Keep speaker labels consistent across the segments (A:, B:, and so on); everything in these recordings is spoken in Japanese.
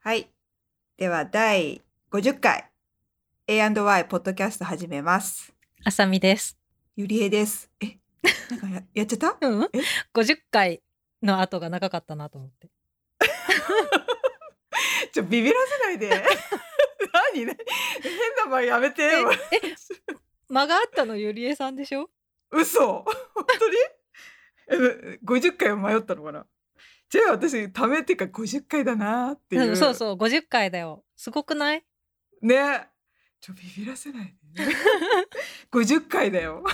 A: はい。では、第50回 A&Y ポッドキャスト始めます。
B: あさみです。
A: ゆりえです。え、なんか ややっちゃった
B: うん
A: え。
B: 五十回の後が長かったなと思って。
A: ちょ、ビビらせ ないで。何ね変な場合やめて
B: え。 え、間があったのゆりえさんでしょ？
A: 嘘本当にえ50回迷ったのかなじゃあ私ためっていうか50回だなっていう、
B: うん、そうそう、五十回だよ。すごくない？
A: ねちょビビらせないで、 ね、50回だよ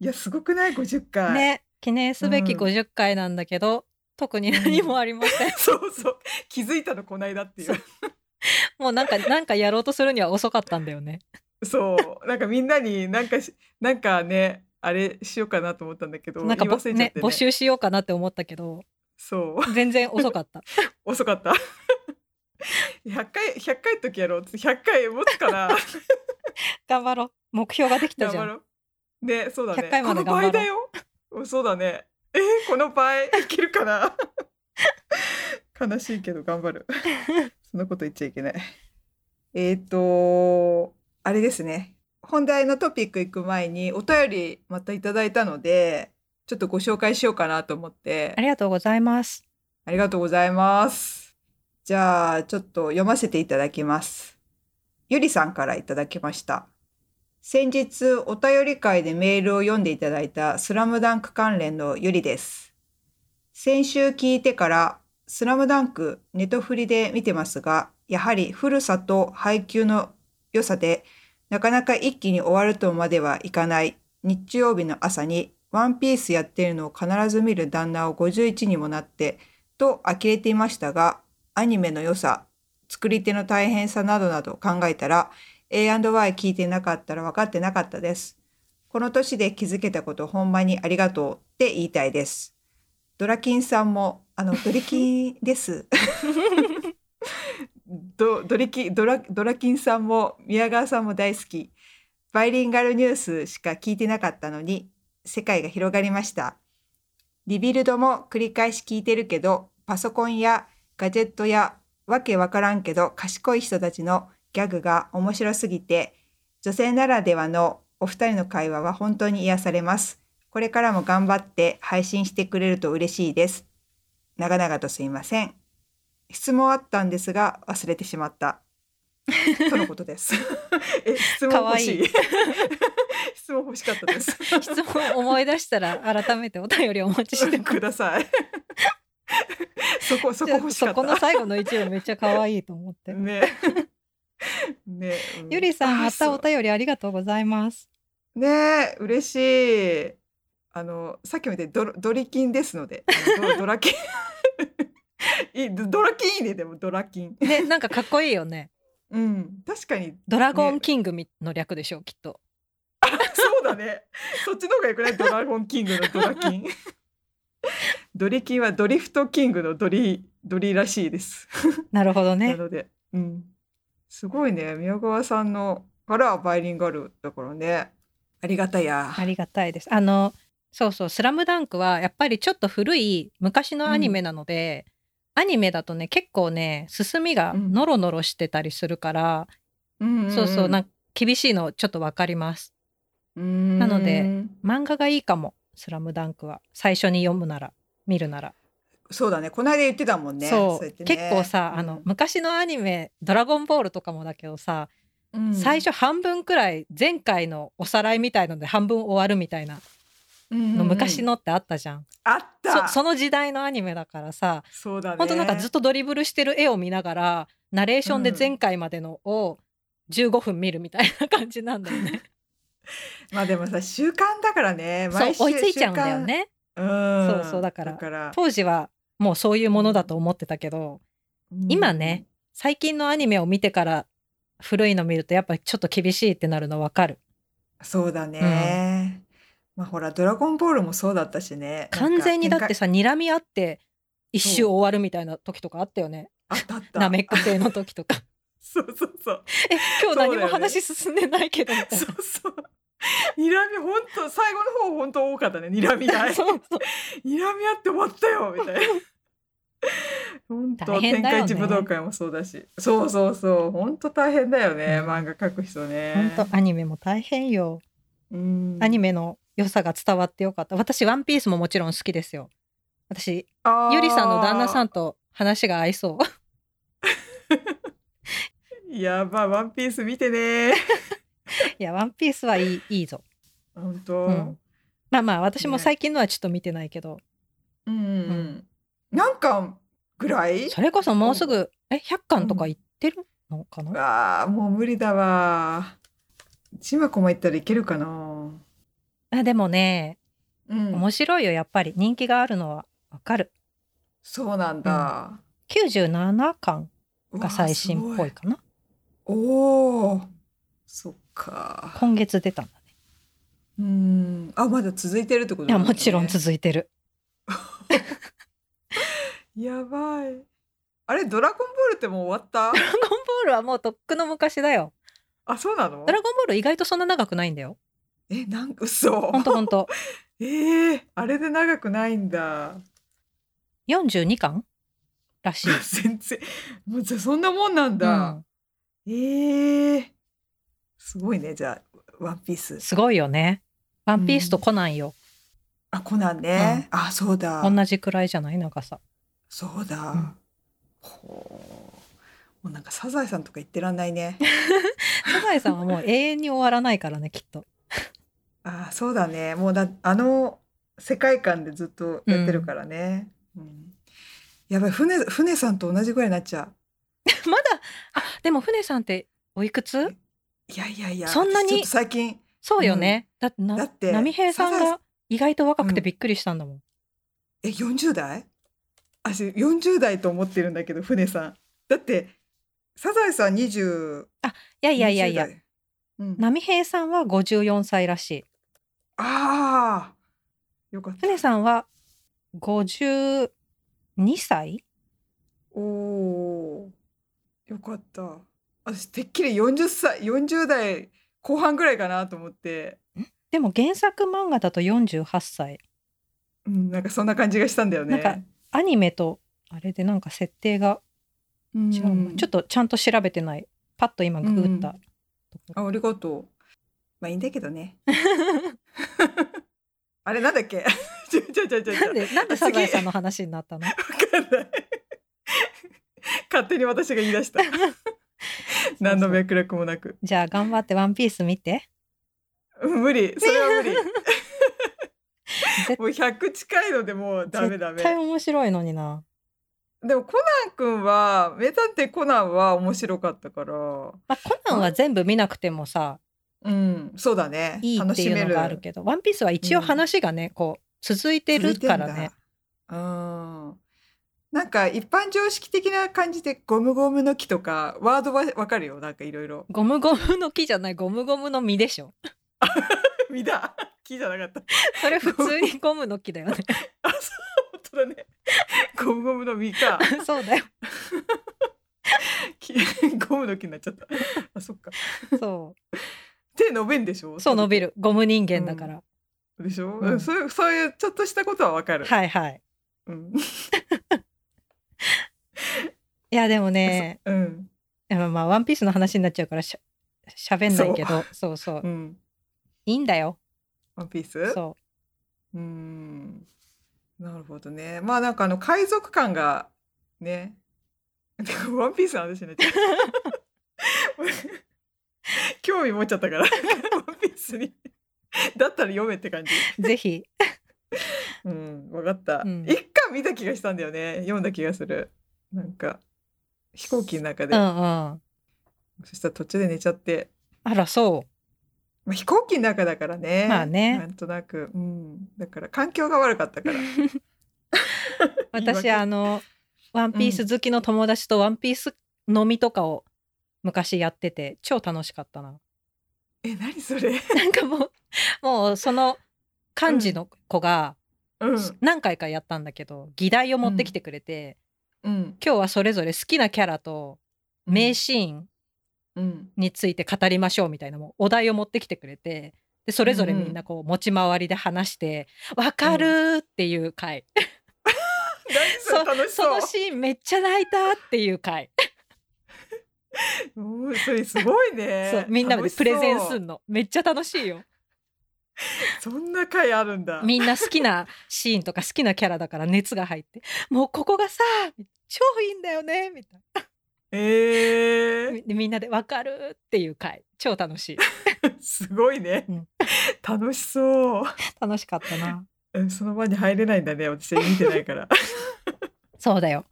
A: いやすごくない50回
B: ね、記念すべき
A: うん
B: 五十回なんだけど、特に何もありません。
A: そうそう気づいたのこないだっていう
B: もうなんかなんかやろうとするには遅かったんだよね。
A: そうなんかみんなになんかしなんかねあれしようかなと思ったんだけど
B: なんか
A: 言い
B: ぼ
A: 忘れちゃっ
B: ね
A: てね
B: 募集しようかなって思ったけど、
A: そう
B: 全然遅かった。
A: 遅かった 100回100回の時やろう100回持つから
B: 頑張ろう。目標ができた
A: 頑
B: じゃ
A: 張
B: ん。
A: ろう。ね、そうだね。
B: 100回まで頑張ろう
A: この倍だよ。うんそうだね。えーこの倍 いけるかな。悲しいけど頑張る。 そんなこと言っちゃいけない。えっ、とあれですね。本題のトピック行く前にお便りまたいただいたので、ちょっとご紹介しようかなと思って
B: あ。りがとうございます。
A: ありがとうございます。じゃあ、ちょっと読ませていただきます。ゆりさんからいただきました。先日、お便り会でメールを読んでいただいたスラムダンク関連のゆりです。先週聞いてから、スラムダンクネトフリで見てますが、やはり古さと配給の良さで、なかなか一気に終わるとまではいかない日曜日の朝に、ワンピースやってるのを必ず見る旦那を51にもなって、と呆れていましたが、アニメの良さ、作り手の大変さなどなど考えたら、A&Y 聞いてなかったら分かってなかったです。この年で気づけたことほんまにありがとうって言いたいです。ドラキンさんも、あの、ドリキンです。ドドリキドラドラキンさんも宮川さんも大好き。バイリンガルニュースしか聞いてなかったのに、世界が広がりました。リビルドも繰り返し聞いてるけど、パソコンやガジェットやわけわからんけど賢い人たちのギャグが面白すぎて、女性ならではのお二人の会話は本当に癒されます。これからも頑張って配信してくれると嬉しいです。長々とすいません。質問あったんですが忘れてしまった。とのこと です。え質問欲しい。
B: かわい
A: 質問欲しかった です。
B: 質問思い出したら改めてお便りお待ちしてます
A: ください。 そこそこ欲しか
B: そ
A: っ
B: この
A: た。
B: 最後の一部めっちゃ可愛いと思って。
A: ね。ね。うん
B: ゆりさん、
A: あ
B: またお
A: そ
B: 便りありがとうございます。
A: うね嬉しい。あのさっきも言ってドロドリキンですので、あ のドドラキン。 いいドラキンいいねでもドラキン。
B: ね、なんかかっこいいよね。
A: うん確かに
B: ドラゴンキングみの略でしょう、きっと。
A: そうだね。 そっちの方がよくないドラゴンキングのドラキ ン。ドリキンはドリフトキングのドリドリらしいです。
B: なるほど
A: な
B: ね。
A: ので、うん、すごいね宮川さんのからはバイリンガルだからねありがたや
B: ありがたいです。あの、そうそう、スラムダンクはやっぱりちょっと古い昔のアニメなので、アニメだとね、結構ね、進みが
A: うん
B: ノロノロしてたりするから、そうそう、なん
A: か
B: か厳しいのちょっとわかります。なので漫画がいいかも、スラムダンクは。最初に読むなら、見るなら。
A: そうだねこの間言ってたもんね
B: そう
A: やってね
B: 結構さ、
A: うん
B: あの昔のアニメ「ドラゴンボール」とかもだけどさ、
A: うん
B: 最初半分くらい前回のおさらいみたいので半分終わるみたいな
A: うんうんうん
B: の昔のってあったじゃん、
A: あった
B: そその時代のアニメだからさ、
A: そうだね
B: ほんとなんかずっとドリブルしてる絵を見ながらナレーションで前回までのを15分見るみたいな感じなんだよね。
A: まあでもさ習慣だから ね
B: そう
A: 毎週
B: 追いついちゃうんだよね。
A: 習慣うん
B: そうそうだから当時はもうそういうものだと思ってたけど今ね最近のアニメを見てから古いの見るとやっぱちょっと厳しいってなるのわかる
A: そうだね、まあほらドラゴンボールもそうだったしね
B: 完全にだって
A: さ
B: さ睨み合って一周終わるみたいな時とかあったよね
A: あったあった
B: ナメック星の時と か
A: そうそうそう
B: え今
A: そ
B: 日
A: うだ
B: 何
A: よね
B: も話進んでないけどみたい
A: そ
B: な
A: うそう。睨み本当最 後の方本当多かったね睨み合い
B: そうそう
A: 睨み合って終わったよみたいな本当、
B: 大変
A: 天
B: だよ
A: 下
B: ね
A: 一武道会もそうだしそうそうそう本当大変だよね、
B: うん
A: 漫画描く人ね
B: 本当アニメも大変よ、
A: うん
B: アニメの良さが伝わってよかった私ワンピースももちろん好きですよ私
A: あー
B: ゆりさんの旦那さんと話が合い そう
A: やばいワンピース見てね
B: いやワンピースはいいいいぞ
A: 本当、
B: うんまあまあ私も
A: ね
B: 最近のはちょっと見てないけど、
A: うんうんうん
B: うん
A: なんかぐらい
B: それこそもうすぐえ100巻とかいってるのかな、
A: あーもう無理だわちまこま行ったらいけるかな
B: あでもね
A: うん
B: 面白いよやっぱり人気があるのはわかる
A: そうなんだ、
B: 97巻
A: うわ
B: が最新っぽいかな
A: すごいおおそっか
B: 今月出たんだね
A: うんあまだ続いてるってこと
B: いやもちろん
A: 続
B: 続いてる
A: やばいあれドラゴンボールってもう終わった
B: 「ドラゴンボール」はもうとっくの昔だよ
A: あそうなの
B: ドラゴンボール意外とそんな長くないんだよ
A: えなんか嘘
B: ほんとほんと
A: えー、あれで長くないんだ
B: 42巻らしい、
A: 全然もうじゃあそんなもんなん
B: う
A: だ、
B: ん、
A: えー、すごいねじゃあワンピース
B: すごいよね「ワンピースとコナンよ、
A: あコナンね、あそうだ
B: 同じくらいじゃない長さ
A: そうだ、
B: うん
A: ほうもうなんかサザエさんとか言ってらんないね
B: サザエさんはもう永遠に終わらないからねきっと
A: あそうだねもうだあの世界観でずっとやってるからね、うんやばい船船さんと同じぐらいになっちゃう
B: まだあでも船さんっておいくつ
A: いやいやいや、
B: そんなに
A: 私ちょっと最近、
B: そうよね、だってな
A: だって
B: 波平さん
A: サザエ
B: が意外と若くてびっくりしたんだもん、
A: え、40代あ、し40代と思ってるんだけど、船さん。だって、サザエさん20、
B: いやいやいやいや
A: 20代。うん、
B: 波平さんは54歳らしい
A: ああ、よかった。
B: 船さんは52歳
A: おおー、よかった。私、てっきり40歳、40代後半ぐらいかなと思って、
B: でも原作漫画だと48歳
A: うん、なんかそんな感じがしたんだよね。
B: なんかアニメとあれでなんか設定が
A: うん
B: 違うな、ちょっとちゃんと調べてないパッと今ググったところ、
A: あ、ありがとう。まあいいんだけどね。あれなんだっけ？ ちょちょちょちょちょ。
B: なんでなんでサザエさんの話になったの
A: わかんない。 勝手に私が言い出 した。何の脈絡もなく。
B: じゃあ頑張って「ワンピース見て
A: うん無理。それは無理。
B: 絶
A: もう100近いのでもうダメダメ
B: 絶。対面白いのにな
A: でもコナン君は名探偵コナンは面白かったから。
B: まあ、コナンは全部見なくてもさ
A: うん、そうだね。
B: いいっていうのがあるけど「ワンピースは一応話がね、こう続いてるからね。
A: うん。なんか一般常識的な感じでゴムゴムの木とかワードはわかるよなんかいろいろ
B: ゴムゴムの木じゃないゴムゴムの実でしょ
A: 見た木じゃなかった
B: それ普通にゴムの木だよね
A: あそう本当だね ゴムゴムの実か
B: そうだよ
A: 木 ゴムの木になっちゃったあそっか
B: そ
A: 手伸びんでしょ
B: うそう伸び
A: る
B: るゴム人間だから、
A: でしょ、
B: う
A: うんん、そういうそういうちょっとしたことはわかる、
B: はいはい
A: うん
B: いやでもね
A: うん
B: いやまあ「ワンピースの話になっちゃうからしゃしゃべんないけどそうそう
A: うん
B: いいんだよ
A: ワンピース
B: そう
A: うんなるほどねまあなんかあの海賊感がねてかワンピースの話になっちゃった 興味持っちゃったからワンピースにだったら読めって感じ
B: うぜひ
A: うんわかった、
B: うん
A: 一巻見た気がしたんだよね読んだ気がするなんか飛行機の中
B: う
A: で、
B: んうん
A: そしたら途中で寝ちゃって、
B: あらそ
A: まあ、飛行機の中だからね
B: まあね
A: なんとなくうんだから環境が悪か ったから
B: う私
A: 言い訳
B: あの「ワンピース好きの友達と「ワンピース飲みとかを昔やってて超楽しかったな
A: え何それ
B: なんかもうもうその幹事の子が
A: うん
B: 何回かやったんだけど議題を持ってきてくれて、
A: うん
B: 今日はそれぞれ好きなキャラと名シーン
A: うん
B: について語りましょうみたいなもうお題を持ってきてくれてでそれぞれみんなこう持ち回りで話して「わ、かる!」っていう回、
A: 何そ楽し
B: そ
A: そう
B: のシーンめっちゃ泣いたっていう回、
A: うんそれすごいね
B: そうみんなでプレゼンす
A: の
B: んのめっちゃ楽しい よ
A: そんな回あるんだ
B: みんな好きなシーンとか好きなキャラだから熱が入ってもうここがさ超いいんだよねみたい
A: え
B: な
A: ー、
B: みでみんなでわかるっていう回超楽しい
A: すごいね、
B: うん
A: 楽しそう
B: 楽しかったな
A: うんその場に入れないんだね私見てないから
B: そうだよ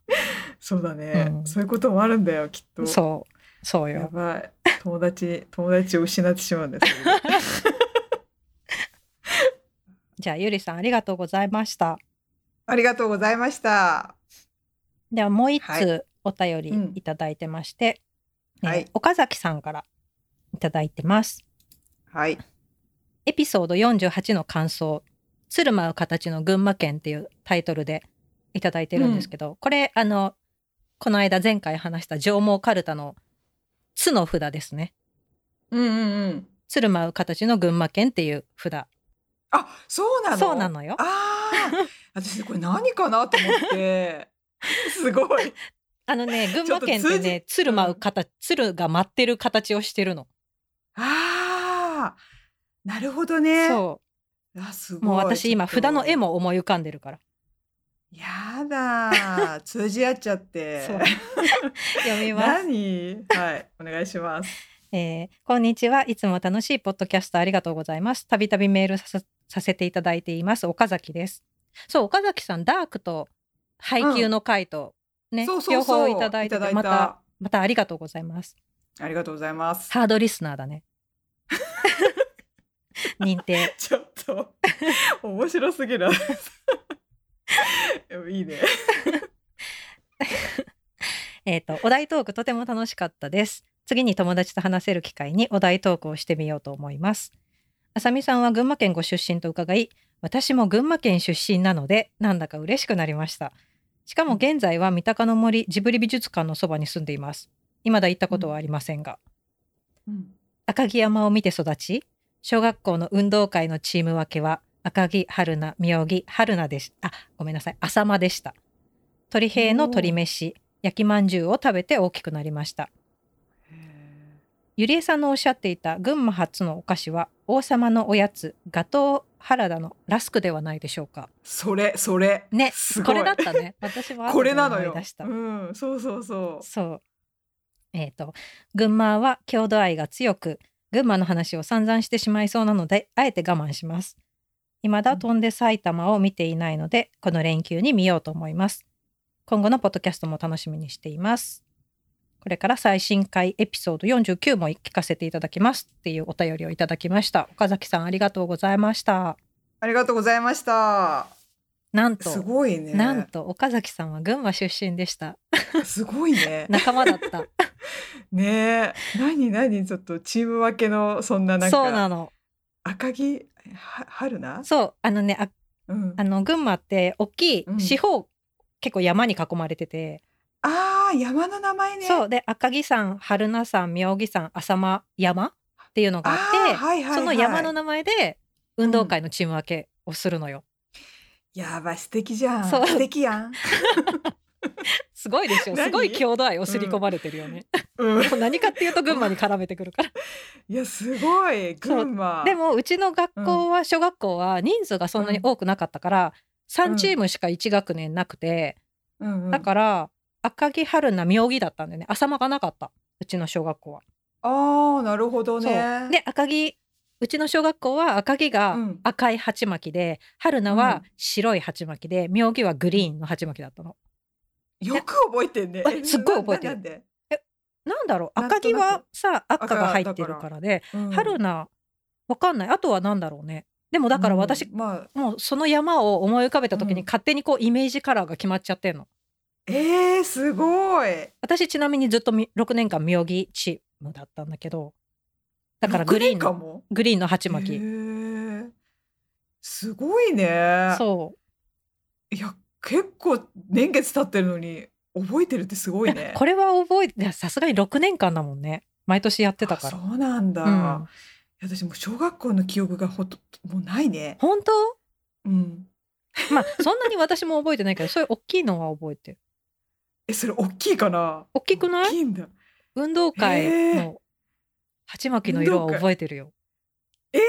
A: そうだね、
B: うん
A: そういうこともあるんだよきっと
B: そうそう
A: や
B: よ
A: ばい友達友達を失ってしまうんですけど
B: じゃあゆりさんありがとうございました
A: ありがとうございました
B: ではもう一
A: は
B: 通お便り
A: うん
B: いただいてまして、えー
A: はい
B: 岡崎さんからいただいてます
A: はい
B: エピソード48の感想「鶴舞う形の群馬県」っていうタイトルでいただいてるんですけど、これあのこの間前回話した上毛かるたの「つ」の札ですね
A: うんうんうん
B: 「鶴舞う形の群馬県」っていう札
A: あそうなの
B: そうなのよ
A: あー私これ何かなと思 ってすごい
B: あのね群馬県 っ
A: ちょ
B: て
A: っと通
B: ね鶴舞う形、鶴が舞ってる形をしてるの、
A: あーなるほどね
B: そ
A: あすご
B: う
A: い
B: もう私今
A: ちょっと
B: 札の絵も思い浮かんでるから
A: やだー通じ合っちゃって
B: そう読みます
A: 何はいお願いします
B: えーこんにちは。いつも楽しいポッドキャストありがとうございます。たびたびメールさせさせていただいています。岡崎です。そう、岡崎さん、ダークと配給の回と、ね、
A: そうそう
B: 両
A: そう
B: 方いただいててまた、またありがとうございます。
A: ありがとうございます
B: ハードリスナーだ ね。 認定。
A: ちょっ と面白すぎるでもいいね
B: えっ、と、お題トークとても楽しかったです。次に友達と話せる機会にお題トークをしてみようと思います。あさみさんは群馬県ご出身と伺い、私も群馬県出身なので、なんだか嬉しくなりました。しかも現在は三鷹の森ジブリ美術館のそばに住んでいます。未だ行ったことはありませんが。
A: うん
B: 赤城山を見て育ち小学校の運動会のチーム分けは赤城春菜妙義春菜でしあごめんなさい浅間でした鳥平の鳥飯焼きまんじゅうを食べて大きくなりましたゆりえさんのおっしゃっていた群馬発のお菓子は王様のおやつガトー原田のラスクではないでしょうか
A: それそれ
B: ね
A: すご
B: こ
A: い
B: れだったね私も後で
A: これなのよ
B: 思い出した
A: うんそうそうそう
B: そう。えっ、と、群馬は郷土愛が強く、群馬の話を散々してしまいそうなので、あえて我慢します。未だ飛んで埼玉を見ていないので、この連休に見ようと思います。今後のポッドキャストも楽しみにしています。これから最新回エピソード49も聞かせていただきますっていうお便りをいただきました。岡崎さんありがとうございました。
A: ありがとうございました
B: なんと、
A: すごいね
B: なんと岡崎さんは群馬出身でした。
A: すごい ね
B: 仲間だ った。
A: ねえ何何ちょっとチーム分けのそんななんか
B: そうなの。
A: 赤城は春菜
B: そう、あのね、あ
A: うん
B: あの群馬って大きい
A: うん
B: 四方、結構山に囲まれてて、
A: あー山の名前ね
B: そうで赤城山榛名山妙義山浅間山っていうのがあ
A: あ
B: って
A: ーはいはいはい
B: その山の名前で運動会のチーム分けをするのよ、
A: やばい素敵じゃん
B: そう
A: 素敵や ん
B: すごいでしょ
A: 何
B: すごい郷土愛を刷り込まれてるよね、
A: うん
B: 何かっていうと群馬に絡めてくるから
A: いやすごい
B: そう
A: 群馬
B: でもうちの学校は、小学校は人数がそんなに多くなかったから、3チームしか1学年なくて、
A: うんうん
B: だから赤城春名妙義だったんだよね浅間がなかったうちの小学校は。
A: ああなるほど
B: そう
A: ね。
B: で赤城うちの小学校は赤城が
A: うん
B: 赤い鉢巻きで、春菜は白い鉢巻きで妙義はグリーンの鉢巻きだったの。
A: よく覚えてんね
B: あ。すっごい覚えて
A: な
B: る
A: なんで
B: なんだろう
A: なんと
B: 赤
A: なく
B: 城はさ赤が入ってるからで、
A: うん
B: 春菜わかんないあとはなんだろうねでもだから私、
A: うんまあ
B: もうその山を思い浮かべた時に
A: うん
B: 勝手にこうイメージカラーが決まっちゃってんの。
A: えー、すごい。
B: 私ちなみにずっとみ6年間妙義チームだったんだけどだからグリー
A: 六人
B: ン
A: か
B: の
A: も。
B: グリーンの鉢巻き、
A: へーすごいね。
B: そう
A: いや結構年月経ってるのに覚えてるってすごいね。
B: これは覚えていやさすがに6年間だもんね毎年やってたか
A: あ
B: ら
A: そうなんだ。
B: うん
A: いや私もう小学校の記憶がほともうないね。
B: 本当
A: うん。
B: まあそんなに私も覚えてないけどそういう大きいのは覚えてる
A: えそれ大きいかな
B: 大きくない
A: 大きいんだ
B: 運動会の鉢巻きの色は覚えてるよ
A: えー、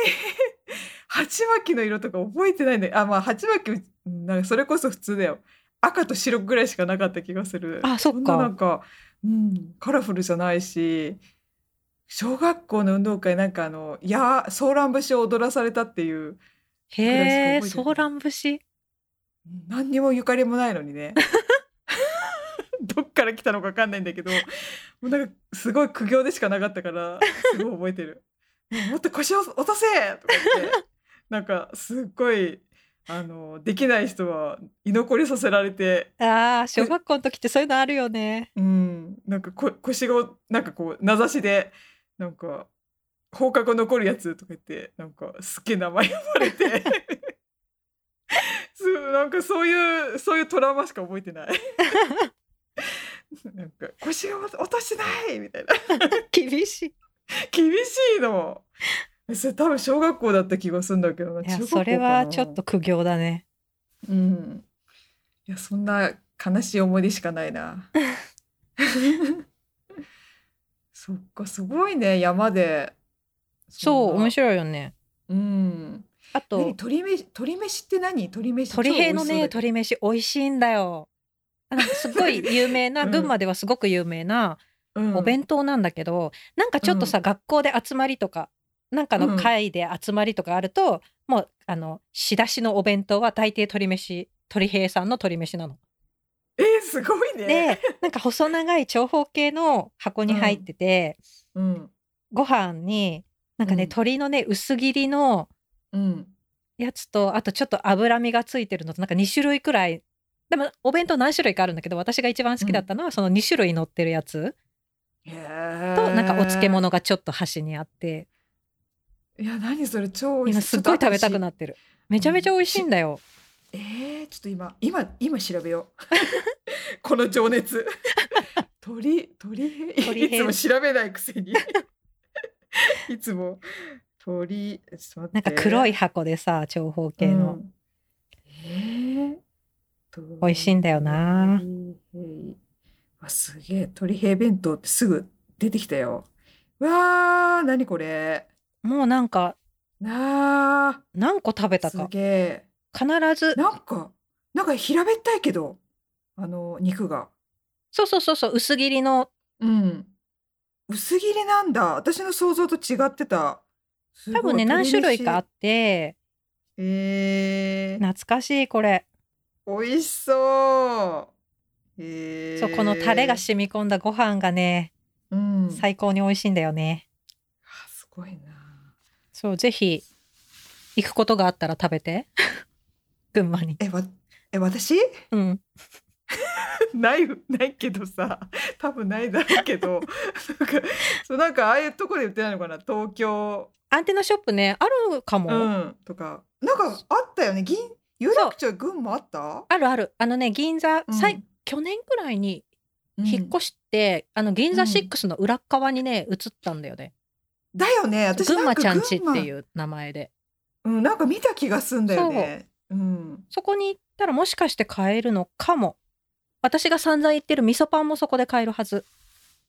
A: 鉢巻きの色とか覚えてないんだよあまあ鉢巻きなんかそれこそ普通だよ赤と白ぐらいしかなかった気がする
B: あそっか
A: んななんか、うん、カラフルじゃないし小学校の運動会なんかあのいやソーラン節を踊らされたっていう
B: へえ
A: ぐらいしか
B: ソ
A: 覚えてない
B: ーラン節
A: 何にもゆかりもないのにね どっから来たのか分かんないんだけどもうなんかすごい苦行でしかなかったからすごい覚えてるもうもっと腰を落とせとか言ってなんかすっごいあのできない人は居残りさせられて
B: あー小学校の時ってそういうのあるよね
A: うんなんかこ腰をなんかこう名指しでなんか放課後残るやつとか言ってなんかすっげえ名前呼ばれて そうなんかそういうそういうトラウマしか覚えてない なんか腰を落としてないみたいな
B: 厳しい
A: 厳しいのそれ多分小学校だった気がするんだけどない
B: や
A: 中学校
B: それ
A: か
B: は
A: な
B: ちょっと苦行だね
A: うんいやそんな悲しい思い出しかない な。そっかすごいね山で。
B: そう面
A: い。
B: 白いよね
A: うん。
B: あ
A: 何
B: と
A: 鶏飯鶏飯って何鶏飯
B: 鳥平のね
A: 鳥
B: 鶏飯美味しいんだよあのすごい有名 な、
A: うん
B: 群馬ではすごく有名なお弁当なんだけど、なんかちょっとさ、学校で集まりとかなんか
A: うん
B: の会で集まりとかあると、もうあの仕出しのお弁当は大抵鶏飯鳥平さんの鶏飯なの。
A: えー、すごいね。
B: でなんか細長い長方形の箱に入ってて、
A: うん
B: ご飯になんかね、
A: うん
B: 鶏のね薄切りの
A: うん
B: やつとあとちょっと脂身がついてるのとなんか2種類くらいでもお弁当何種類かあるんだけど私が一番好きだったのはその2種類乗ってるやつ
A: へ
B: と、
A: ー
B: なんかお漬。物がちょっと端にあって
A: いや何それ超美味
B: 今
A: し
B: すっごい食べたくな
A: っ
B: ってるめちゃめちゃ美味しいんだよ
A: えー、ちょっと今今今調べよう。 この情熱。鳥鳥
B: 鳥
A: いつも調べないくせに。 いつも鳥ちょっと待
B: な
A: っ
B: んか
A: て
B: 黒い箱でさ長方形の、
A: うんえー、
B: 美味しいんだよな
A: 鳥平。わすげえ鳥平弁当ってすぐ出てきたよ。わあ何これ。
B: もうなんか
A: なあ
B: 何個食べた
A: す
B: か
A: げえ。
B: 必ず
A: なんかなんか平べったいけどあの肉が。
B: そうそうそうそう薄切りの
A: うん。薄切りなんだ。私の想像と違ってた。すごい
B: 多分ね何種類かあっ。て
A: 鶏飯え
B: 懐かしいこれ、
A: ー、美味しそう。えー、
B: そうこのタレが染み込んだご飯がね
A: うん、
B: 最高に美味しいんだよね
A: あすごいな。
B: そう、ぜひ、行くことがあったら食べて。 群馬に。
A: えわえ私
B: うん。
A: ないないけどさ多分ないだろうけ どなんかそうなんかああいうとこで売ってないのかな東京
B: アンテナショップね、あるかも。
A: うんとかなんかあったよね銀有楽町群馬あった
B: あるある。あのね、銀座、さい、去年くらいに引っ
A: し
B: 越して、あの、銀座
A: うん
B: 6の裏っ側にね、移ったんだよね。
A: だよね私
B: 群
A: な
B: 馬
A: んか
B: ちゃんちっ
A: 群馬
B: ていう名前で。
A: うん、なんか見た気がすんだよね。うん。
B: そこに行ったらもしかして買えるのかも。私が散々言ってる味噌パンもそこで買えるはず。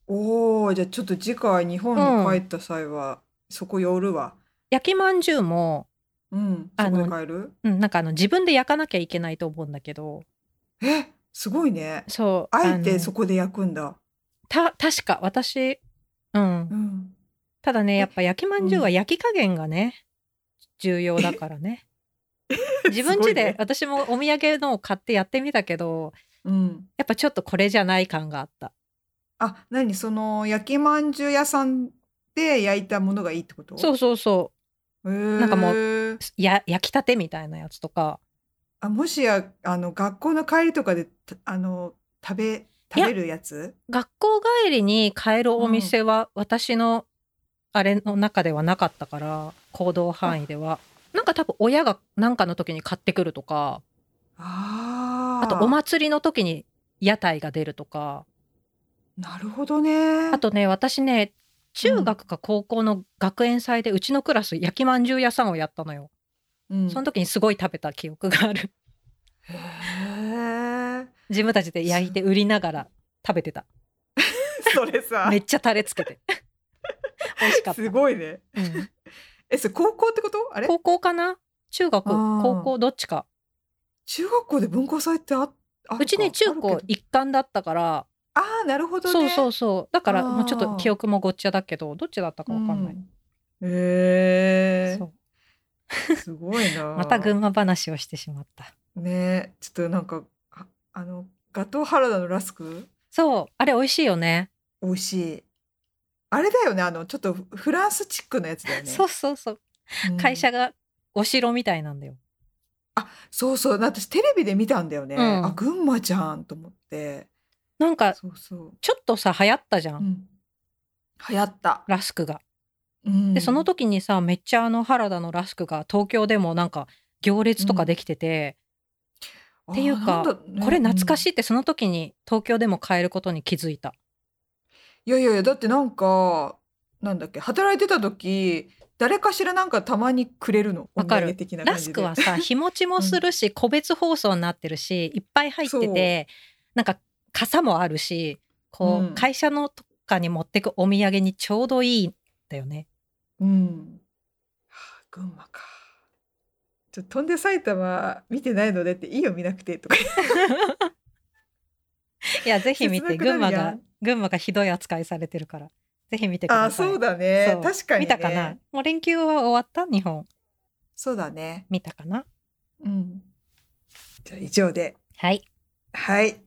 A: おお、じゃあちょっと次回日本に帰った際は、そこ寄るわ。
B: 焼きまんじゅうも、
A: うん。そ
B: あ
A: こ
B: の
A: で帰る？
B: うん、なんかあの、自分で焼かなきゃいけないと思うんだけど、
A: え、すごいね。
B: そう。
A: あえて
B: の
A: そこで焼くんだ。
B: た確か私うん
A: うん。
B: ただねやっぱ焼きまんじゅうは
A: うん
B: 焼き加減がね、重要だからね自 分家
A: すごい
B: で
A: ね
B: 私もお土産のを買ってやってみたけど
A: うん。
B: やっぱちょっとこれじゃない感があった
A: あ、なにその焼きまんじゅう屋さんで焼いたものがいいってこと？。
B: そううそうそ
A: なん
B: かも
A: う
B: う。や焼きたてみたいなやつとか
A: あ、もしやあの学校の帰りとかでたあの食べ食べるやつ？
B: 学校帰りに買えるお店は私のあれの中ではなかったから、行動範囲ではなんか多分親がなんかの時に買ってくるとか
A: ああ。
B: あとお祭りの時に屋台が出るとか
A: なるほどね。
B: あとね私ね中学か高校の学園祭でうちのクラス焼きまんじゅう屋さんをやったのよ、
A: うん、
B: その時にすごい食べた記憶がある
C: へえ。
B: 自分たちで焼いて売りながら食べてた
A: それさ
B: めっちゃタレつけて美味しかった、
A: すごいね
B: うん
A: えそれ高校ってことあれ
B: 高校かな中学
A: あー
B: 高校どっちか
A: 中学校で文高祭ってあっあるか
B: うちね中
A: あ
B: 高
A: るけど
B: 一貫だったから
A: あーなるほど
B: そう
A: ね
B: そう
A: う
B: そうだから
A: あー
B: もうちょっと記憶もごっちゃだけどどっちだったかわかんない、
A: んへ
B: そう
A: えすごいな
B: また群馬話をしてしまった
A: ねちょっとなんかああのガトーハラダのラスク
B: そうあれ美味しいよね
A: 美味しいあれだよねあのちょっとフランスチックのやつだよね
B: そうそうそう
A: うん
B: 会社がお城みたいなんだよ、
A: そうそうな私テレビで見たんだよね、
B: うん
A: あ群馬じゃんと思って
B: なんか
A: そうそう、
B: ちょっとさ流行ったじゃん、
A: うん、流行った、
B: ラスクが
A: うん
B: でその時にさめっちゃあの原田のラスクが東京でもなんか行列とかできてて、っていうか
A: あーなんだね
B: これ懐かし
A: う
B: いってその時に東京でも買えることに気づいた、
A: んいやいやいやだってなんかなんだっけ働いてた時誰かしらなんかたまにくれるの
B: わかる
A: お土産的な感
B: ラ
A: じ
B: ス
A: で
B: クは さ日持ちもするし、個別包装になってるしいっぱい入っててなんか傘もあるしこう、
A: うん
B: 会社のとかに持ってくお土産にちょうどいいんだよね
A: うん、はあ群馬かちょっと飛んで埼玉見てないのでっていいよ見なくてと か
B: いやぜひ見
A: 切な
B: て群
A: くな
B: 馬
A: るやん
B: が群馬がひどい扱いされてるからぜひ見てく
A: あ
B: だ
A: ー
B: さい
A: そうだね
B: そう
A: 確かに、ね、
B: 見たかなもう連休は終わった日本
A: そうだね
B: 見たかな
A: うんじゃあ以上で
B: はい
A: はい。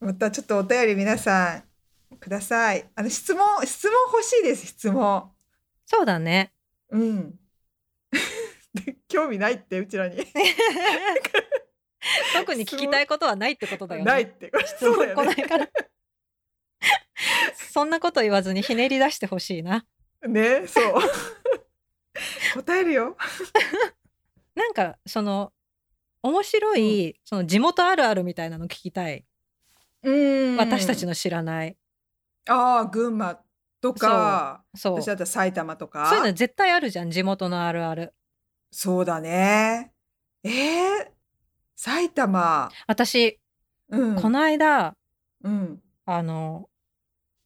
A: またちょっとお便り皆さんください。あの質問、質問欲しいです、質問。
B: そうだね
A: うん。で興味ないって、うちらに。
B: 特に聞きたいことはないってことだよね
A: ないって。
B: 質
A: そう
B: 問
A: だよ
B: 来ない
A: ね。
B: から そんなこと言わずにひねり出してほしいな
A: ね、そう。 答えるよ。
B: なんかその面白い、その地元あるあるみたいなの聞きたい、
A: うん
B: 私たち
A: の。
B: の知らない
A: ああ、群馬とか、
B: そう
A: 私
B: そ
A: だったら埼玉とか。
B: ういうの絶対あるじゃん地元のあるある
A: そうだね。えー、埼玉。
B: 私、
A: うん。
B: この間
A: うん。
B: あの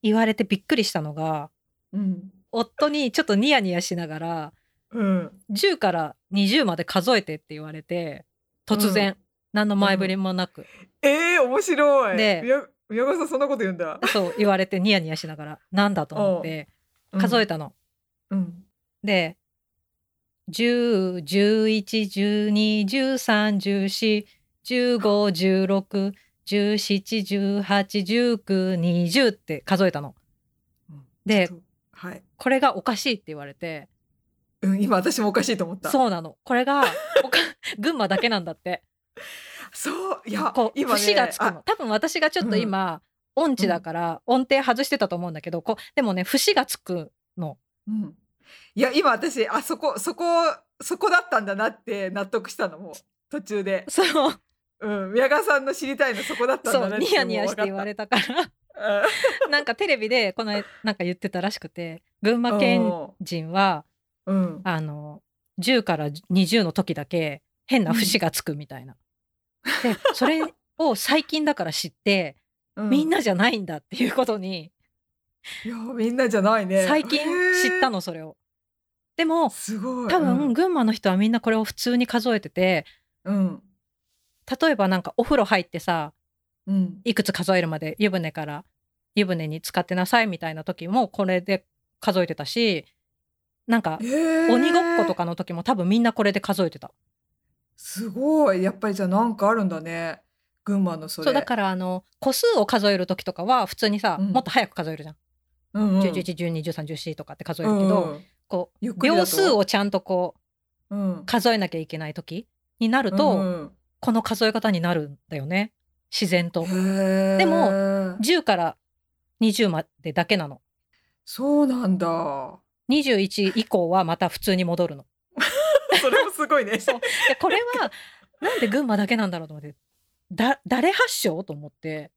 B: 言われてびっくりしたのが
A: うん。
B: 夫にちょっとニヤニヤしながら
A: うん。
B: 10から20まで数えてって言われて突然、何の前触れもなく、
A: えー、面白い。
B: で
A: 宮宮川さん、そんなこと言うんだ。
B: そう言われてニヤニヤしながらなんだと思って数え
A: た。
B: たの。
A: うん。
B: で1011121314151617181920って数えたの。で
A: ちょっと、はい。
B: これがおかしいって言われて
A: うん、今私もおかしいと思った。う。
B: そうなのこれがおか 群馬だけなんだって
A: そう、いや、
B: こう
A: 今ね。
B: 節がつくの
A: あ
B: 多分私がちょっと今、音痴だから音程外してたと思うんだけどこうでもね節がつくの
A: うん。いや、今私、あそこ、そこ、そこだったんだなって納得したの、もう。途中で。
B: そう
A: うん。宮川さんの知りたいの、そこだったん
B: そ
A: だな
B: う
A: って
B: ニヤニヤして言わ
A: れ
B: れたから。
A: た。
B: なんかテレビでこの間なんか言ってたらしくて群馬県人は
A: うん。
B: あの10から20の時だけ変な節がつくみたいな。でそれを最近だから知って
A: うん
B: みん。なじゃないんだっていうことに
A: いや、みんなじゃないね。
B: 最近知った
A: の。
B: のそれを。でも
A: すごい。
B: 多分
A: うん。
B: 群馬の人はみんなこれを普通に数えてて
A: うん。
B: 例えばなんかお風呂入ってさ
A: うん。
B: いくつ数えるまで湯船から湯船に使ってなさいみたいな時もこれで数えてたしなんか鬼ごっこと
A: か。
B: かの時も多分みんなこれで数えてた。
A: すごい。やっぱりじゃあなんかあるんだね。群馬のそれ。
B: そうだからあの個数を数える時とかは普通にさ、
A: うん
B: もっと早く数えるじゃん。
A: ら、うんうん、
B: 1 1 1 1 2 1 3 1 4とかって数えるけど、
A: うんうん
B: こ
A: ゆっ
B: う
A: くりだと
B: 秒数をちゃんとこ
A: うん
B: う、数えなきゃいけない時になると、
A: うん
B: この数え方になるんだよね自然と。
A: へー
B: でも10から20までだけなの。
A: そうなんだそ
B: 21以降はまた普通に戻るの。
A: れもすごいね
B: そうでこれはなんで群馬だけなんだろうと思ってだ誰発祥と思って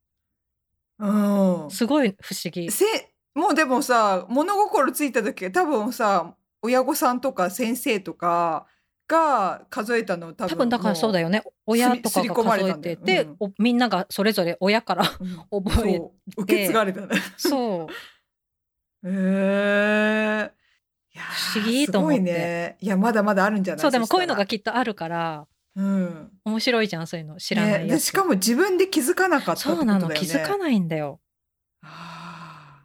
A: うん
B: すごい不思議。
A: せもうでもさ物心ついた時多分さ親御さんとか先生とかが数えたの多分
B: 多分だからそうだ
A: よ、
B: よね親とか
A: すり
B: が
A: 込まれ
B: 数え
A: たんだ
B: て
A: よ
B: て、
A: うん
B: おみんながそれぞれ親から
A: うん
B: 覚え
A: そう受け継がれたね
B: そ
A: へ
B: う
A: えいや
B: 不思議と思って
A: すごいねいやまだまだあるんじゃない
B: そうでもこういうのが
A: し
B: きっとあるから
A: たらうん
B: 面白いじゃんそういうの知らな
A: ね、
B: いや
A: で
B: つ、
A: しかも自分で気づかなかったって
B: そ
A: こと
B: う
A: だ
B: な
A: よね
B: の気づか
A: な
B: ないんだよ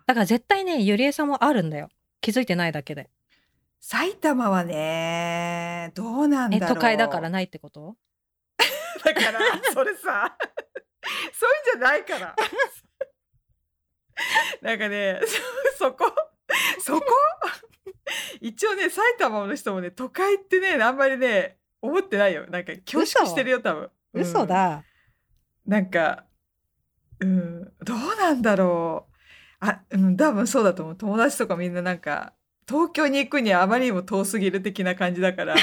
B: だから絶対ねゆりえさんもあるんだよ気づいてないだけで
A: 埼玉はねどうなんだ
B: え
A: ろう
B: 都会だからないってこと
A: だから それさそういうんじゃないからなんかねそそこそこ一応ね埼玉の人もね都会ってねあんまりね思ってないよなんか恐縮してるよ多分うん
B: 嘘だ、
A: なんかうんどうなんだろうあうん多分そうだと思う友達とかみんななんか東京に行くにはあまりにも遠すぎる的な感じだから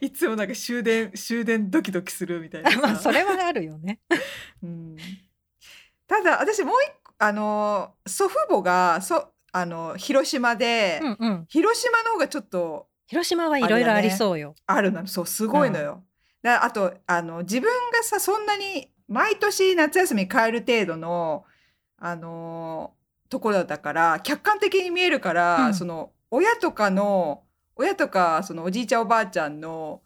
A: いつもなんか終電終電ドキドキするみたいなさ
B: まあそれはあるよね
A: うんただ私もう一個あの祖父母がそあの広島で、
B: うんうん
A: 広島の方がちょっと
B: 広島はいろいろありそうよ、
A: あるのそうすごいのよ。だあとあの自分がさそんなに毎年夏休み帰る程度のあのーところだから客観的に見えるから、
B: うん
A: その親とかの親とかそのおじいちゃんおばあちゃんの